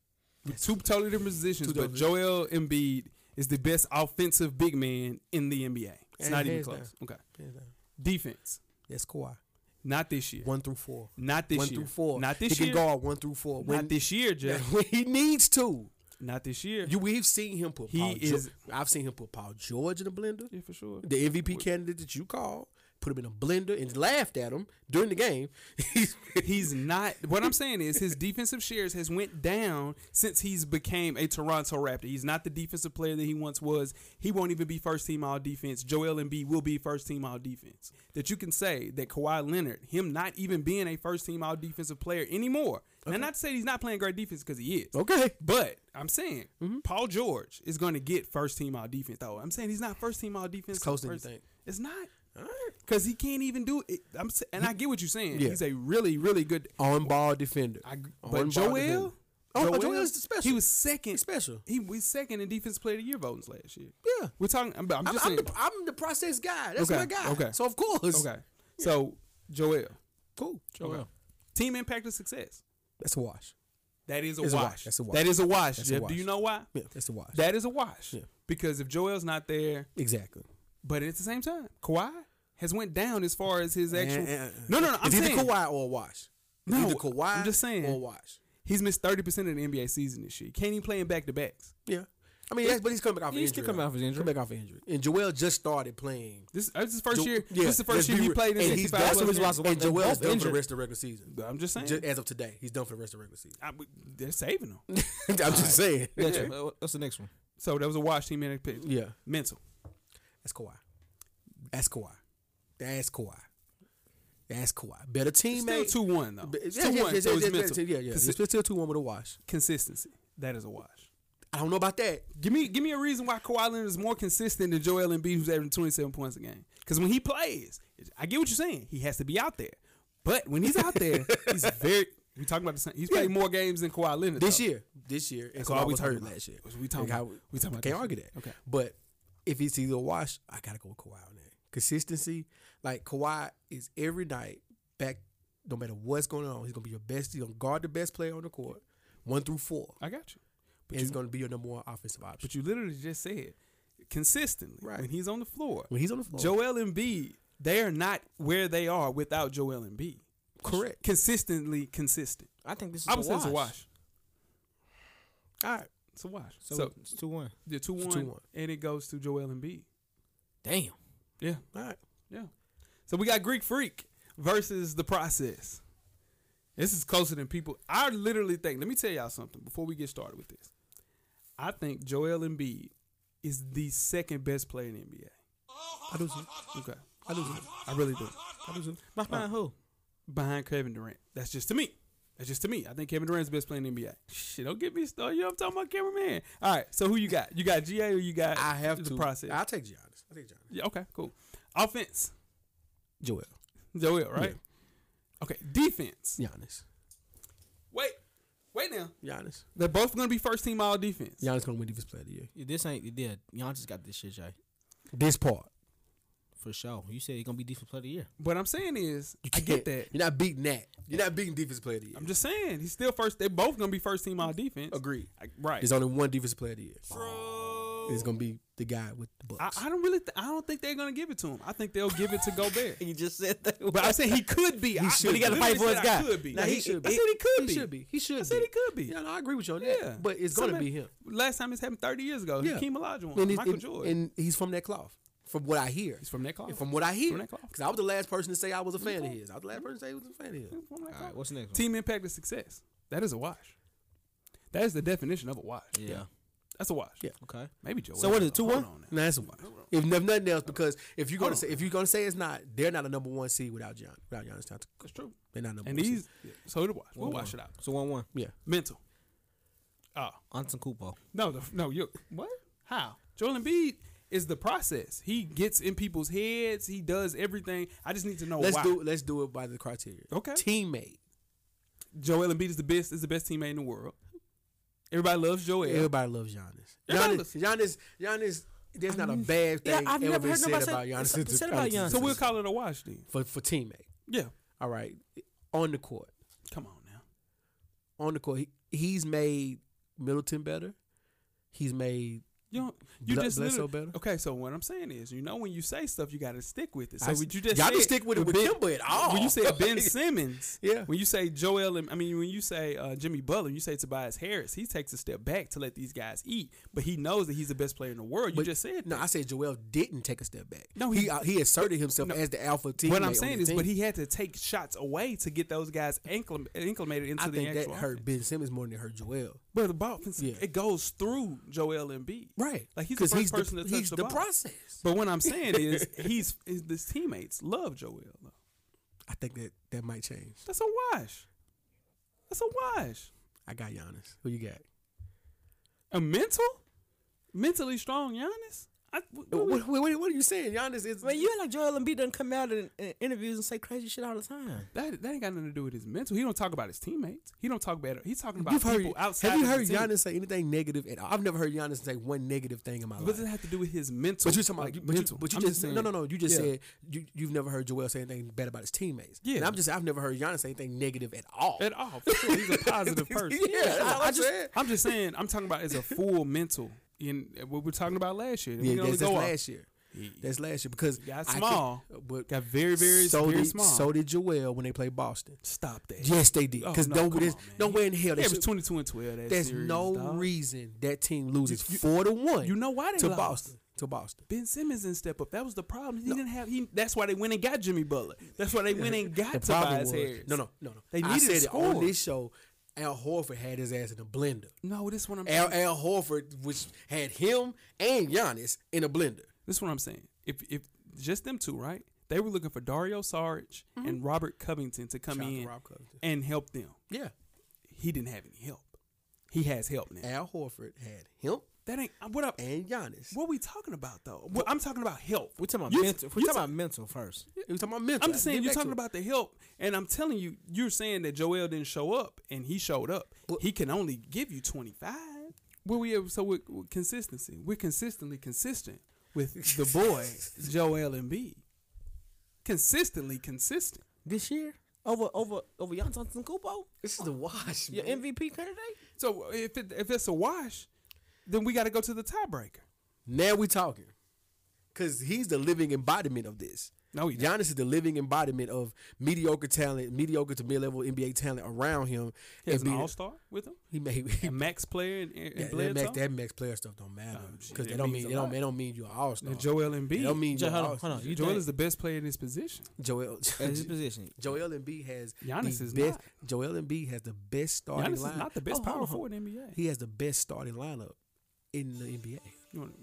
B: With two totally different positions,
C: Two
B: but
C: totally-
B: Joel Embiid is the best offensive big man in the NBA. It's
C: And
B: not even
C: hands
B: close. Okay.
C: Yeah, no.
B: Defense.
C: That's Kawhi.
B: Not this year.
C: One through four.
B: Not this
C: one
B: year.
C: through four.
B: Not this
C: he
B: year.
C: He can guard one through four.
B: Not
C: *laughs*
B: this year, Jeff.
C: when he needs to.
B: Not this year.
C: You, we've seen him put.
B: He
C: Paul Geo-
B: is-
C: I've seen him put Paul George in a blender.
B: yeah, for sure.
C: The MVP candidate that you called put him in a blender and laughed at him during the game. *laughs* He's
B: *laughs* He's not. What I'm saying is his defensive shares has went down since he's became a Toronto Raptor. He's not the defensive player that he once was. He won't even be first team all defense. Joel Embiid will be first team all defense. That you can say that Kawhi Leonard, him not even being a first team all defensive player anymore. Now, not to say he's not playing great defense because he is.
C: okay.
B: But I'm saying
C: Mm-hmm.
B: Paul George is going to get first team all defense though. I'm saying he's not first team all defense.
C: closer than you
B: first-
C: think.
B: It's not. Because he can't even do it. I'm s- and I get what you're saying.
C: Yeah. Oh,
B: He's a really, really good.
C: On ball defender.
B: I, g- but
C: On ball defender.
B: Joel,
C: Oh, but Joel's special.
B: He was second.
C: He's special.
B: He was second in defense player of the year votings last year.
C: Yeah.
B: we're talking. I'm, I'm
C: I'm,
B: just
C: I'm,
B: saying.
C: the, I'm the process guy. That's
B: Okay,
C: my guy.
B: okay.
C: So of course.
B: okay, so Joel,
C: Cool.
B: Joel,
D: Okay.
B: team impact of success.
C: That's a wash.
B: That is a,
C: It's a
B: wash.
C: wash. That's a wash.
B: That is a wash,
C: That's a
B: Jeff.
C: wash.
B: Do you know why?
C: Yeah, that's a wash.
B: That is a wash.
C: Yeah.
B: Because if Joel's not there,
C: exactly.
B: But at the same time, Kawhi has went down as far as his actual.
C: And- and-
B: no, no, no. I'm
C: it's
B: saying
C: either Kawhi or eh. a wash. It's
B: No,
C: either Kawhi.
B: I'm just saying.
C: or a wash.
B: he's missed thirty percent of the NBA season this year. Can't even play in back to backs.
C: Yeah. I mean, that's, but he's coming back off.
D: He's
C: injury,
D: still coming
C: though.
D: off his injury.
C: Coming back off injury. And Joel just started playing.
B: This, this is his first
C: Jo-
B: year.
C: yeah,
B: this is the first
C: let's be
B: year he
C: real.
B: played in
C: And
B: sixty
C: he's
B: five.
C: that's the reason
D: why-
C: And
D: They're
C: Joel's
D: both
C: done for the
D: injured.
C: rest of the regular season.
B: I'm just saying,
C: Ju- as of today, he's done for the rest of the
B: *laughs*
C: regular season.
B: I- they're saving him.
C: I'm just saying.
D: Next one. Uh, What's the next one?
B: So that was a wash team in pick.
C: Yeah.
B: mental.
C: That's Kawhi. That's Kawhi. That's Kawhi. That's Kawhi. Better
B: Still
C: teammate.
B: two one though.
C: Be-
B: It's
C: yeah,
B: two
C: yeah,
B: one.
C: yeah,
B: so it's
C: yeah, yeah,
B: mental.
C: yeah, yeah.
B: Consi-
C: It's still two one with a wash.
B: consistency. That is a wash.
C: I don't know about that.
B: Give me, give me a reason why Kawhi Leonard is more consistent than Joel Embiid, who's averaging 27 points a game. Because when he plays, I get what you're saying. He has to be out there, but when he's out
C: *laughs*
B: there, he's very. We talking about the same. He's played more games than Kawhi Leonard
C: This
B: though.
C: year, this year, and
B: That's all
C: Kawhi
B: we
C: was
B: talking
C: hurt
B: about.
C: last year.
B: We talking
C: Like
B: about-
C: how-
B: we talking
C: I
B: about
C: Can't
B: this
C: argue
B: year.
C: that.
B: Okay.
C: but if it's either a wash, I gotta go with Kawhi on that. Consistency, like Kawhi is every night back. No matter what's going on, he's gonna be your best. He's gonna guard the best player on the court, one through four,
B: I got you,
C: and he's gonna be your number one offensive option.
B: but you literally just said consistently
C: Right.
B: when he's on the floor.
C: when he's on the floor,
B: Joel Embiid, they are not where they are without Joel Embiid.
C: Correct.
B: Consistently consistent.
D: I think this is
B: I would say it's a wash.
C: all right,
B: It's a wash.
D: So,
B: So,
D: it's two one.
B: the two
C: it's
B: one,
C: 2-1.
B: and it goes to Joel Embiid.
D: Damn.
B: Yeah.
C: all right.
B: Yeah. So we got Greek Freak versus the process. This is closer than people. I literally think, let me tell y'all something before we get started with this. I think Joel Embiid is the second best player in the NBA.
C: I do too.
B: Okay. I do. I really do.
C: I do too.
D: Behind who?
B: Behind Kevin Durant. That's just to me. That's just to me. I think Kevin Durant's the best player in the NBA. Shit, don't get me started. You know, I'm talking about cameraman. All right. So who you got? You got GA or you got
C: I have
B: the
C: to.
B: process?
C: I'll take Giannis. I take Giannis.
B: yeah, okay, cool. Offense.
C: Joel.
B: Joel, right? Okay. Defense.
C: Giannis.
B: Wait, wait now.
C: Giannis.
B: They're both going to be first team all defense.
C: Giannis gonna win defense player of the year.
D: Yeah, this ain't. Yeah, Giannis got this shit, Jay.
C: This part.
D: for sure. You said he's gonna be defensive player of the year.
B: What I'm saying is,
C: You
B: I
C: can't-
B: get that.
C: You're not beating that. You're not beating defensive player of the year.
B: I'm just saying he's still first. They both gonna be first team all defense.
C: Agreed.
B: I- right.
C: There's only one defensive player of the year. It's gonna be the guy with the
B: I,
C: Bucks.
B: I don't really. Th- I don't think they're gonna give it to him. I think they'll give it to Gobert.
D: You just said that.
B: But I said he could be. I,
C: should
B: but he got to
C: be.
B: fight for his guy.
C: Nah, he, should be.
B: I said he could be.
C: He should be. He should
B: I said
C: be.
B: he could be.
C: Yeah, no, I agree with you on that.
B: Yeah.
C: But it's gonna
B: Somebody-
C: be him.
B: Last time this happened 30 years ago.
C: Yeah.
B: Hakeem Olajuwon,
C: And, it-
B: Michael
C: and-
B: Jordan.
C: and he's from that cloth, from what I hear.
B: he's from that cloth.
C: And from what I hear,
B: From that cloth.
C: because I was the last person to say I was a fan of his. I was the last person to say he was a fan of his.
B: From that
D: All
B: cloth.
D: right, what's the next? One?
B: Team impact is success. That is a wash. That is the definition of a wash.
D: Yeah.
B: That's a wash.
C: Yeah.
D: Okay.
B: Maybe Joel.
D: So what is it,
B: Hold
D: 2-1?
B: on now.
C: Now that's why. If no- nothing else, because if you're gonna say if you're gonna say it's not, they're not a number one seed without John without Giannis Antetokounmpo.
B: That's true.
C: They're not number
B: And
C: one. seed.
B: these, yeah, so the wash. We'll
D: One,
B: wash it
D: one.
B: out.
D: So one one.
C: yeah,
B: Mental. Oh.
D: Anton Kupo.
B: No, the, no, you. What? How? Joel Embiid is the process. He gets in people's heads. He does everything. I just need to know
C: let's
B: why.
C: do let's do it by the criteria.
B: Oh, Okay.
C: teammate.
B: Joel Embiid is the best. Is the best teammate in the world. Everybody loves Joel.
C: Everybody loves Giannis.
B: Everybody
C: Giannis, Giannis, Giannis. There's not a
B: Mm.
C: bad
D: yeah,
C: thing
D: I've
C: ever
D: never
C: been
D: heard
C: said
D: nobody
C: about
D: say-
C: Giannis.
D: said about Giannis.
B: so we'll call it a wash then.
C: for for teammate.
B: Yeah.
C: All right, on the court,
B: Come on now.
C: on the court, he, he's made Middleton better. He's made
B: You don't, you
C: Bla-
B: just
C: Bledsoe
B: literally-
C: better?
B: Okay, so what I'm saying is, you know, when you say stuff, you got to stick with it. So
C: I
B: would
C: s-
B: you just
C: y'all didn't
B: said
C: stick with it with
B: Ben-
C: Kimba at all.
B: When you
C: *laughs*
B: say Ben Simmons,
C: Yeah.
B: When you say Joel, and I mean, when you say uh, Jimmy Butler, you say Tobias Harris. He takes a step back to let these guys eat, but he knows that he's the best player in the world. You
C: But-
B: just said
C: No, I said Joel didn't take a step back.
B: No,
C: he
B: he-
C: he, uh, he asserted himself as the alpha team.
B: What I'm saying is, but he had to take shots away to get those guys inclim- inclimated into
C: I
B: the
C: think that
B: actual.
C: hurt
B: offense.
C: Ben Simmons more than it hurt Joel.
B: But the ball, offense,
C: Yeah.
B: it goes through Joel Embiid.
C: Right,
B: Like he's the first person to touch
C: he's
B: the,
C: the
B: ball.
C: process.
B: But what I'm saying
C: *laughs*
B: is, he's is his teammates love Joel. Though.
C: I think that that might change.
B: That's a wash. That's a wash.
C: I got Giannis. Who you got?
B: A mental, mentally strong Giannis. I, what,
C: What,
B: what-
C: what, what, what are you saying? Giannis is
D: Man, you act like Joel Embiid doesn't come out in, in interviews and say crazy shit all the time.
B: that that ain't got nothing to do with his mental. He don't talk about his teammates. He don't talk about. He's talking about
C: You've
B: people
C: heard,
B: outside.
C: have you
B: of
C: heard
B: the team.
C: Giannis say anything negative at all? I've never heard Giannis say one negative thing in my
B: What
C: life.
B: does it have to do with his mental?
C: But you talking about,
B: like,
C: but you,
B: mental?
C: but you
B: I'm
C: just,
B: saying-
C: no no no. You just
B: Yeah.
C: said you you've never heard Joel say anything bad about his teammates.
B: Yeah.
C: and I'm just I've never heard Giannis say anything negative at all.
B: at all. For sure. He's a
C: *laughs*
B: positive person.
C: Yeah, that's all
B: I
C: I'm
B: just,
C: saying.
B: I'm just saying. I'm talking about as a full mental. In what we we're talking about last year, We
C: yeah,
B: can only
C: that's, that's
B: go off.
C: last year. That's last year because
B: got
C: I could-
B: small.
C: but
B: Got very, very,
C: so
B: very
C: did,
B: small.
C: So did Joel when they played Boston.
B: Stop that.
C: Yes, they did.
B: Oh,
C: Because
B: no,
C: no,
B: come
C: there's
B: on, man.
C: no way in hell they
B: Yeah, it was
C: should-
B: 22 and 12. That
C: There's
B: series,
C: no
B: dog.
C: reason that team loses four to one.
B: you know why they
C: to
B: lost.
C: Boston to Boston.
B: Ben Simmons didn't step up. That was the problem. He didn't have. He. That's why they went and got Jimmy Butler. That's why they went and got
C: *laughs* The problem
B: Tobias
C: was
B: Harris.
C: no no no no.
B: They
C: I
B: needed
C: said
B: to
C: it on
B: score.
C: this show. Al Horford had his ass in a blender.
B: no. This one I'm.
C: Al, Al Horford, which had him and Giannis in a blender.
B: This is what I'm saying. If if just them two, right? They were looking for Dario Saric and Robert Covington to come
C: Shout out to
B: in
C: Rob Covington.
B: and help them.
C: Yeah.
B: He didn't have any help. He has help now.
C: Al Horford had him
B: That ain't what up.
C: and Giannis.
B: What we talking about though? Well, I'm talking about help.
D: We're talking about
B: You-
D: mental. We're
B: you
D: talking
B: ta-
D: about mental first.
C: It was talking about
B: *laughs*
C: mental.
B: I'm just saying
C: Get
B: you're
C: back to
B: talking
C: it. *laughs*
B: about the help, and I'm telling you, you're saying that Joel didn't show up, and he showed up.
C: But-
B: he can only give you 25. Well, we have, so we're, we're consistency. We're consistently consistent with the *laughs* boy Joel Embiid. Consistently consistent.
D: This year? Over over over Giannis Antetokounmpo?
C: This is the wash.
D: Your
C: man.
D: MVP candidate?
B: So if it, if it's a wash, then we got to go to the tiebreaker.
C: Now we talking. Cause he's the living embodiment of this.
B: No, he
C: Giannis is the living embodiment of mediocre talent, mediocre to mid-level NBA talent around him.
B: He has
C: And
B: an
C: being-
B: all star with him,
C: *laughs* He made
B: a max player, and, and, and
C: that, that max,
B: Bledsoe.
C: that max player stuff don't matter
B: shit,
C: because
B: it
C: they don't
B: means
C: mean
B: a
C: they don't,
B: lot.
C: they don't mean you're an all star.
B: And Joel
C: They
B: Embiid.
C: don't mean
D: J-
C: you're
D: hold
C: all
D: on, hold on. You
B: Joel
D: think-
B: is the best player in his position.
C: Joel
D: At his position.
C: *laughs* Joel Embiid has
B: Giannis
C: the
B: is not.
C: best. Joel Embiid has the best starting
B: Giannis
C: lineup.
B: is not the best
D: Oh, hold
B: power
D: on.
B: forward in the NBA.
C: He has the best starting lineup in the NBA.
B: You wanna-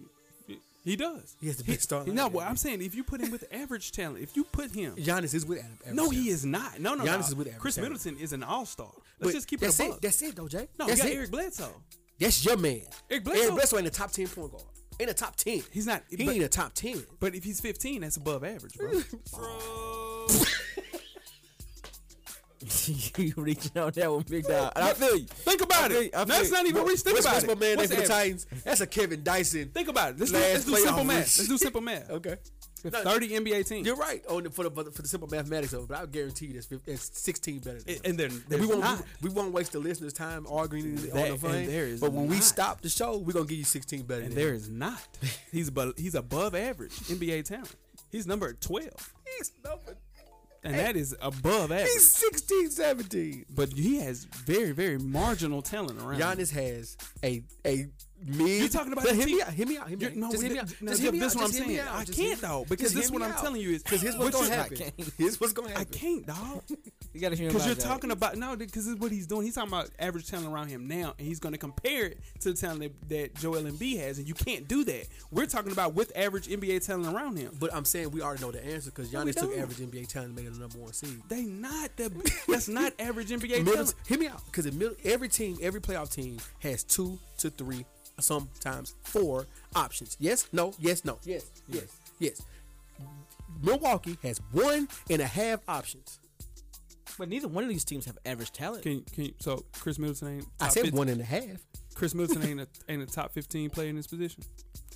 B: he does.
C: He has the best starting.
B: No,
C: lineup.
B: well, I'm saying if you put him with average talent, if you put him,
C: Giannis is with Adam. Adam
B: no,
C: Silver.
B: he is not. No, no,
C: Giannis
B: no.
C: is with average
B: Chris
C: talent.
B: Middleton is an all star.
C: But
B: Let's just keep it
C: that's
B: a
C: it.
B: buck.
C: That's it, though, Jay.
B: No, you
C: that's
B: got
C: it.
B: Eric Bledsoe.
C: That's your man.
B: Eric Bledsoe-
C: Eric Bledsoe ain't a top ten point guard. Ain't a top ten.
B: He's not-
C: He
B: but-
C: ain't a top ten.
B: But if he's 15, that's above average,
C: *laughs*
B: bro.
D: *laughs* you reaching out that one big dog. And I feel you.
B: Think about
D: I feel
B: it.
D: you, I feel
B: That's
D: you.
B: not even reach. Think
C: What's-
B: about
C: what's
B: it.
C: my man there
B: What's
C: for the
B: average?
C: Titans? That's a Kevin Dyson.
B: Think about it. Let's do,
C: Last
B: let's do
C: playoff
B: simple math.
C: reach.
B: Let's do simple math.
C: *laughs* Okay.
B: There's
C: No,
B: 30 NBA teams.
C: You're right on the, for the for the- for the simple mathematics of it, but I guarantee you, there's fif- it's 16 better than
B: And-
C: them.
B: and then
C: we
B: there's
C: won't
B: not.
C: we, we won't waste the listeners' time arguing
B: That-
C: on the
B: and
C: phone.
B: there is
C: but when we
B: not.
C: stop the show, we're gonna give you 16 better.
B: And
C: than
B: there
C: them.
B: is not. He's above, he's above average NBA talent. He's number 12,
C: he's number
B: and that is above average.
C: he's 16, 17.
B: but he has very, very marginal talent around. him.
C: Giannis has a a mid.
B: Uh-huh. You talking about
C: But
B: the
C: hear me
B: team-
C: out. Hear me out. Hear me
B: You're-
C: out.
B: no,
C: just hear me
B: no,
C: out.
B: no,
C: just
B: yeah,
C: hear me
B: this
C: out.
B: what
C: Just
B: I'm
C: hear me
B: saying.
C: out.
B: I
C: Just
B: can't
C: hear me
B: though,
C: out.
B: because
C: Just
B: this
C: hear
B: what
C: me
B: I'm
C: out.
B: telling you is-
C: because here's
B: what
C: what's gonna
B: you- I
C: happen.
D: can't.
C: Here's what's gonna
B: I
C: happen.
B: can't, *laughs* dog.
D: You gotta hear
B: Because you're
D: about that.
B: talking about no, because is what he's doing. He's talking about average talent around him now, and he's going to compare it to the talent that, that Joel Embiid has, and you can't do that. We're talking about with average NBA talent around him.
C: But I'm saying we already know the answer because
B: we
C: Giannis took
B: don't.
C: average NBA talent and made it the number one seed.
B: They not that. That's *laughs* not average NBA
C: Middle,
B: talent.
C: hear me out because every team, every playoff team has two to three, sometimes four options. Yes, no, yes, no, yes, yes, yes. Milwaukee has one and a half options.
D: But neither one of these teams have average talent.
B: Can can you, so Chris Middleton ain't.
C: I
B: top
C: said
B: 15
C: one and a half.
B: Chris Middleton
C: *laughs*
B: ain't a, ain't a top 15 player in this position.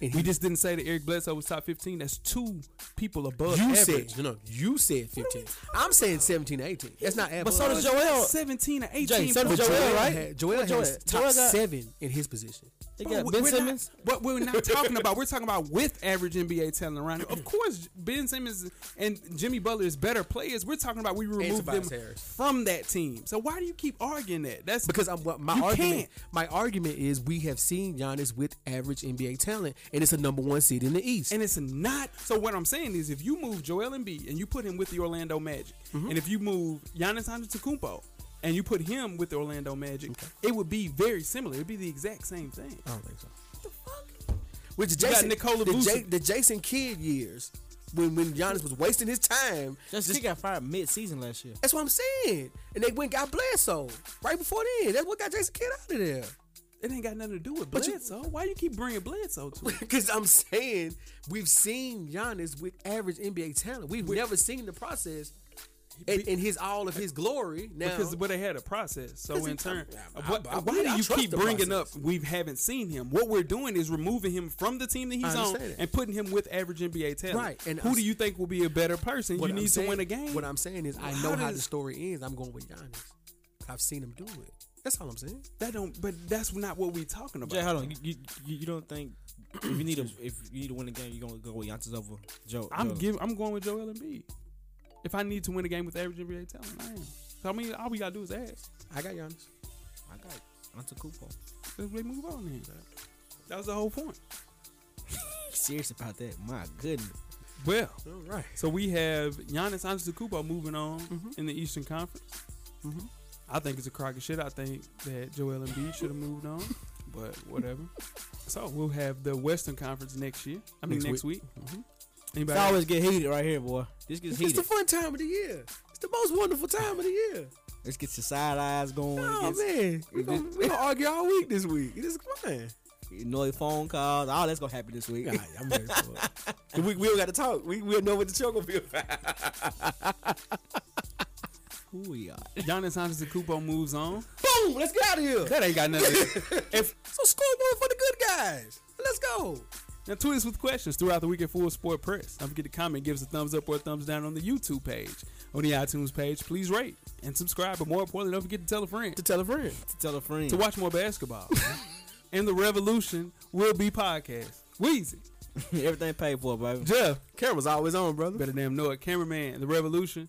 C: And
B: We
C: he-
B: just didn't say that Eric Bledsoe was top 15. That's two people above
C: You
B: average.
C: said no, no, you said fifteen. I'm saying seventeen to eighteen. That's not average.
D: But so does Joel.
B: 17 or 18.
D: Jay, so
B: bro.
D: does
C: Joel,
D: Joel, right?
C: had- Joel
D: What Joel
C: has
D: had?
C: top
D: Joel got-
C: seven in his position.
D: They
B: Bro,
D: got
B: we-
D: Ben
B: we're
D: Simmons.
B: Not, but we're not talking about. We're talking about with average NBA talent around him.
C: *laughs*
B: Of course, Ben Simmons and Jimmy Butler is better players. We're talking about we remove them
C: Tobias Harris.
B: from that team. So why do you keep arguing that? That's
C: Because I'm, what my
B: You
C: argument,
B: can't.
C: my argument is we have seen Giannis with average NBA talent, and it's a number one seed in the East.
B: And it's not. So what I'm saying is, if you move Joel Embiid and you put him with the Orlando Magic,
C: Mm-hmm.
B: and if you move Giannis Antetokounmpo and you put him with the Orlando Magic, it would be very similar. It'd be the exact same thing.
C: I don't think so.
B: the fuck?
C: Which
B: got
C: Jason,
B: Nikola
C: the,
B: Vucevic.
C: the Jason Kidd years, when when Giannis was wasting his time.
D: Just, he got fired mid-season last year.
C: That's what I'm saying. And they went and got Bledsoe right before then. That's what got Jason Kidd out of there.
B: It ain't got nothing to do with
C: But you-
B: Bledsoe. Why you keep bringing Bledsoe
C: *laughs*
B: to it?
C: Because I'm saying we've seen Giannis with average NBA talent. We've never seen the process in, in his all of his glory. Now,
B: Because but they had a process. So
C: Because
B: in
C: it-
B: turn,
C: I- I-
B: what-
C: I- I-
B: why
C: I
B: do you
C: trust
B: keep
C: the
B: bringing
C: process.
B: up we haven't seen him? What we're doing is removing him from the team that he's on
C: understand that.
B: and putting him with average NBA talent.
C: Right, and
B: Who
C: I'm-
B: do you think will be a better person? You
C: what I'm
B: need
C: saying-
B: to win a game.
C: What I'm saying is, I
B: How
C: know how
B: does-
C: the story ends. I'm going with Giannis. I've seen him do it. That's all I'm saying.
B: That don't. But that's not what we're talking about.
D: Jay, hold on. You, you, you you don't think if you need a if you need to win a game, you're gonna go with Giannis over Joe?
B: I'm
D: Joe.
B: giving. I'm going with Joel Embiid. If I need to win a game with average NBA talent, I am. So I mean, all we gotta do is ask.
C: I got Giannis.
D: I got Antetokounmpo.
B: Let's we move on then. That was the whole point.
D: Serious about that? My goodness.
B: Well,
C: All right.
B: so we have Giannis Antetokounmpo moving on in the Eastern Conference. Mm-hmm. I think it's a crock of shit. I think that Joel Embiid should have moved *laughs* on, but whatever. So we'll have the Western Conference next year. I mean
C: Next
B: next, week. Mm-hmm.
D: It's
B: Anybody?
D: always get heated right here, boy. This gets
C: It's
D: heated.
C: the fun time of the year. It's the most wonderful time of the year.
D: Let's get your side eyes going.
C: Oh
D: It gets
C: man, we
D: it
C: gonna,
D: gets-
C: we gonna argue all week this week. It is fun.
D: Annoy phone calls. All that's gonna happen this week.
C: All right, I'm ready for it. *laughs* we we don't got to talk. We we'll know what the show gonna be about.
D: *laughs* Who we are?
B: Giannis Antetokounmpo moves on.
C: Boom! Let's get out of here.
B: That ain't got *laughs* nothing. if
C: So scoreboard for the good guys. Let's go.
B: Now, tweet us with questions throughout the week at Full Sport Press. Don't forget to comment, give us a thumbs up or a thumbs down on the YouTube page. On the iTunes page, please rate and subscribe. But more importantly, don't forget to tell a friend
C: To tell a friend.
D: To tell a friend.
B: to watch more basketball. and the revolution will be podcast. Wheezy,
D: *laughs* Everything paid for, baby.
B: Jeff,
C: Camera's always on, brother.
B: better damn know it, cameraman. The revolution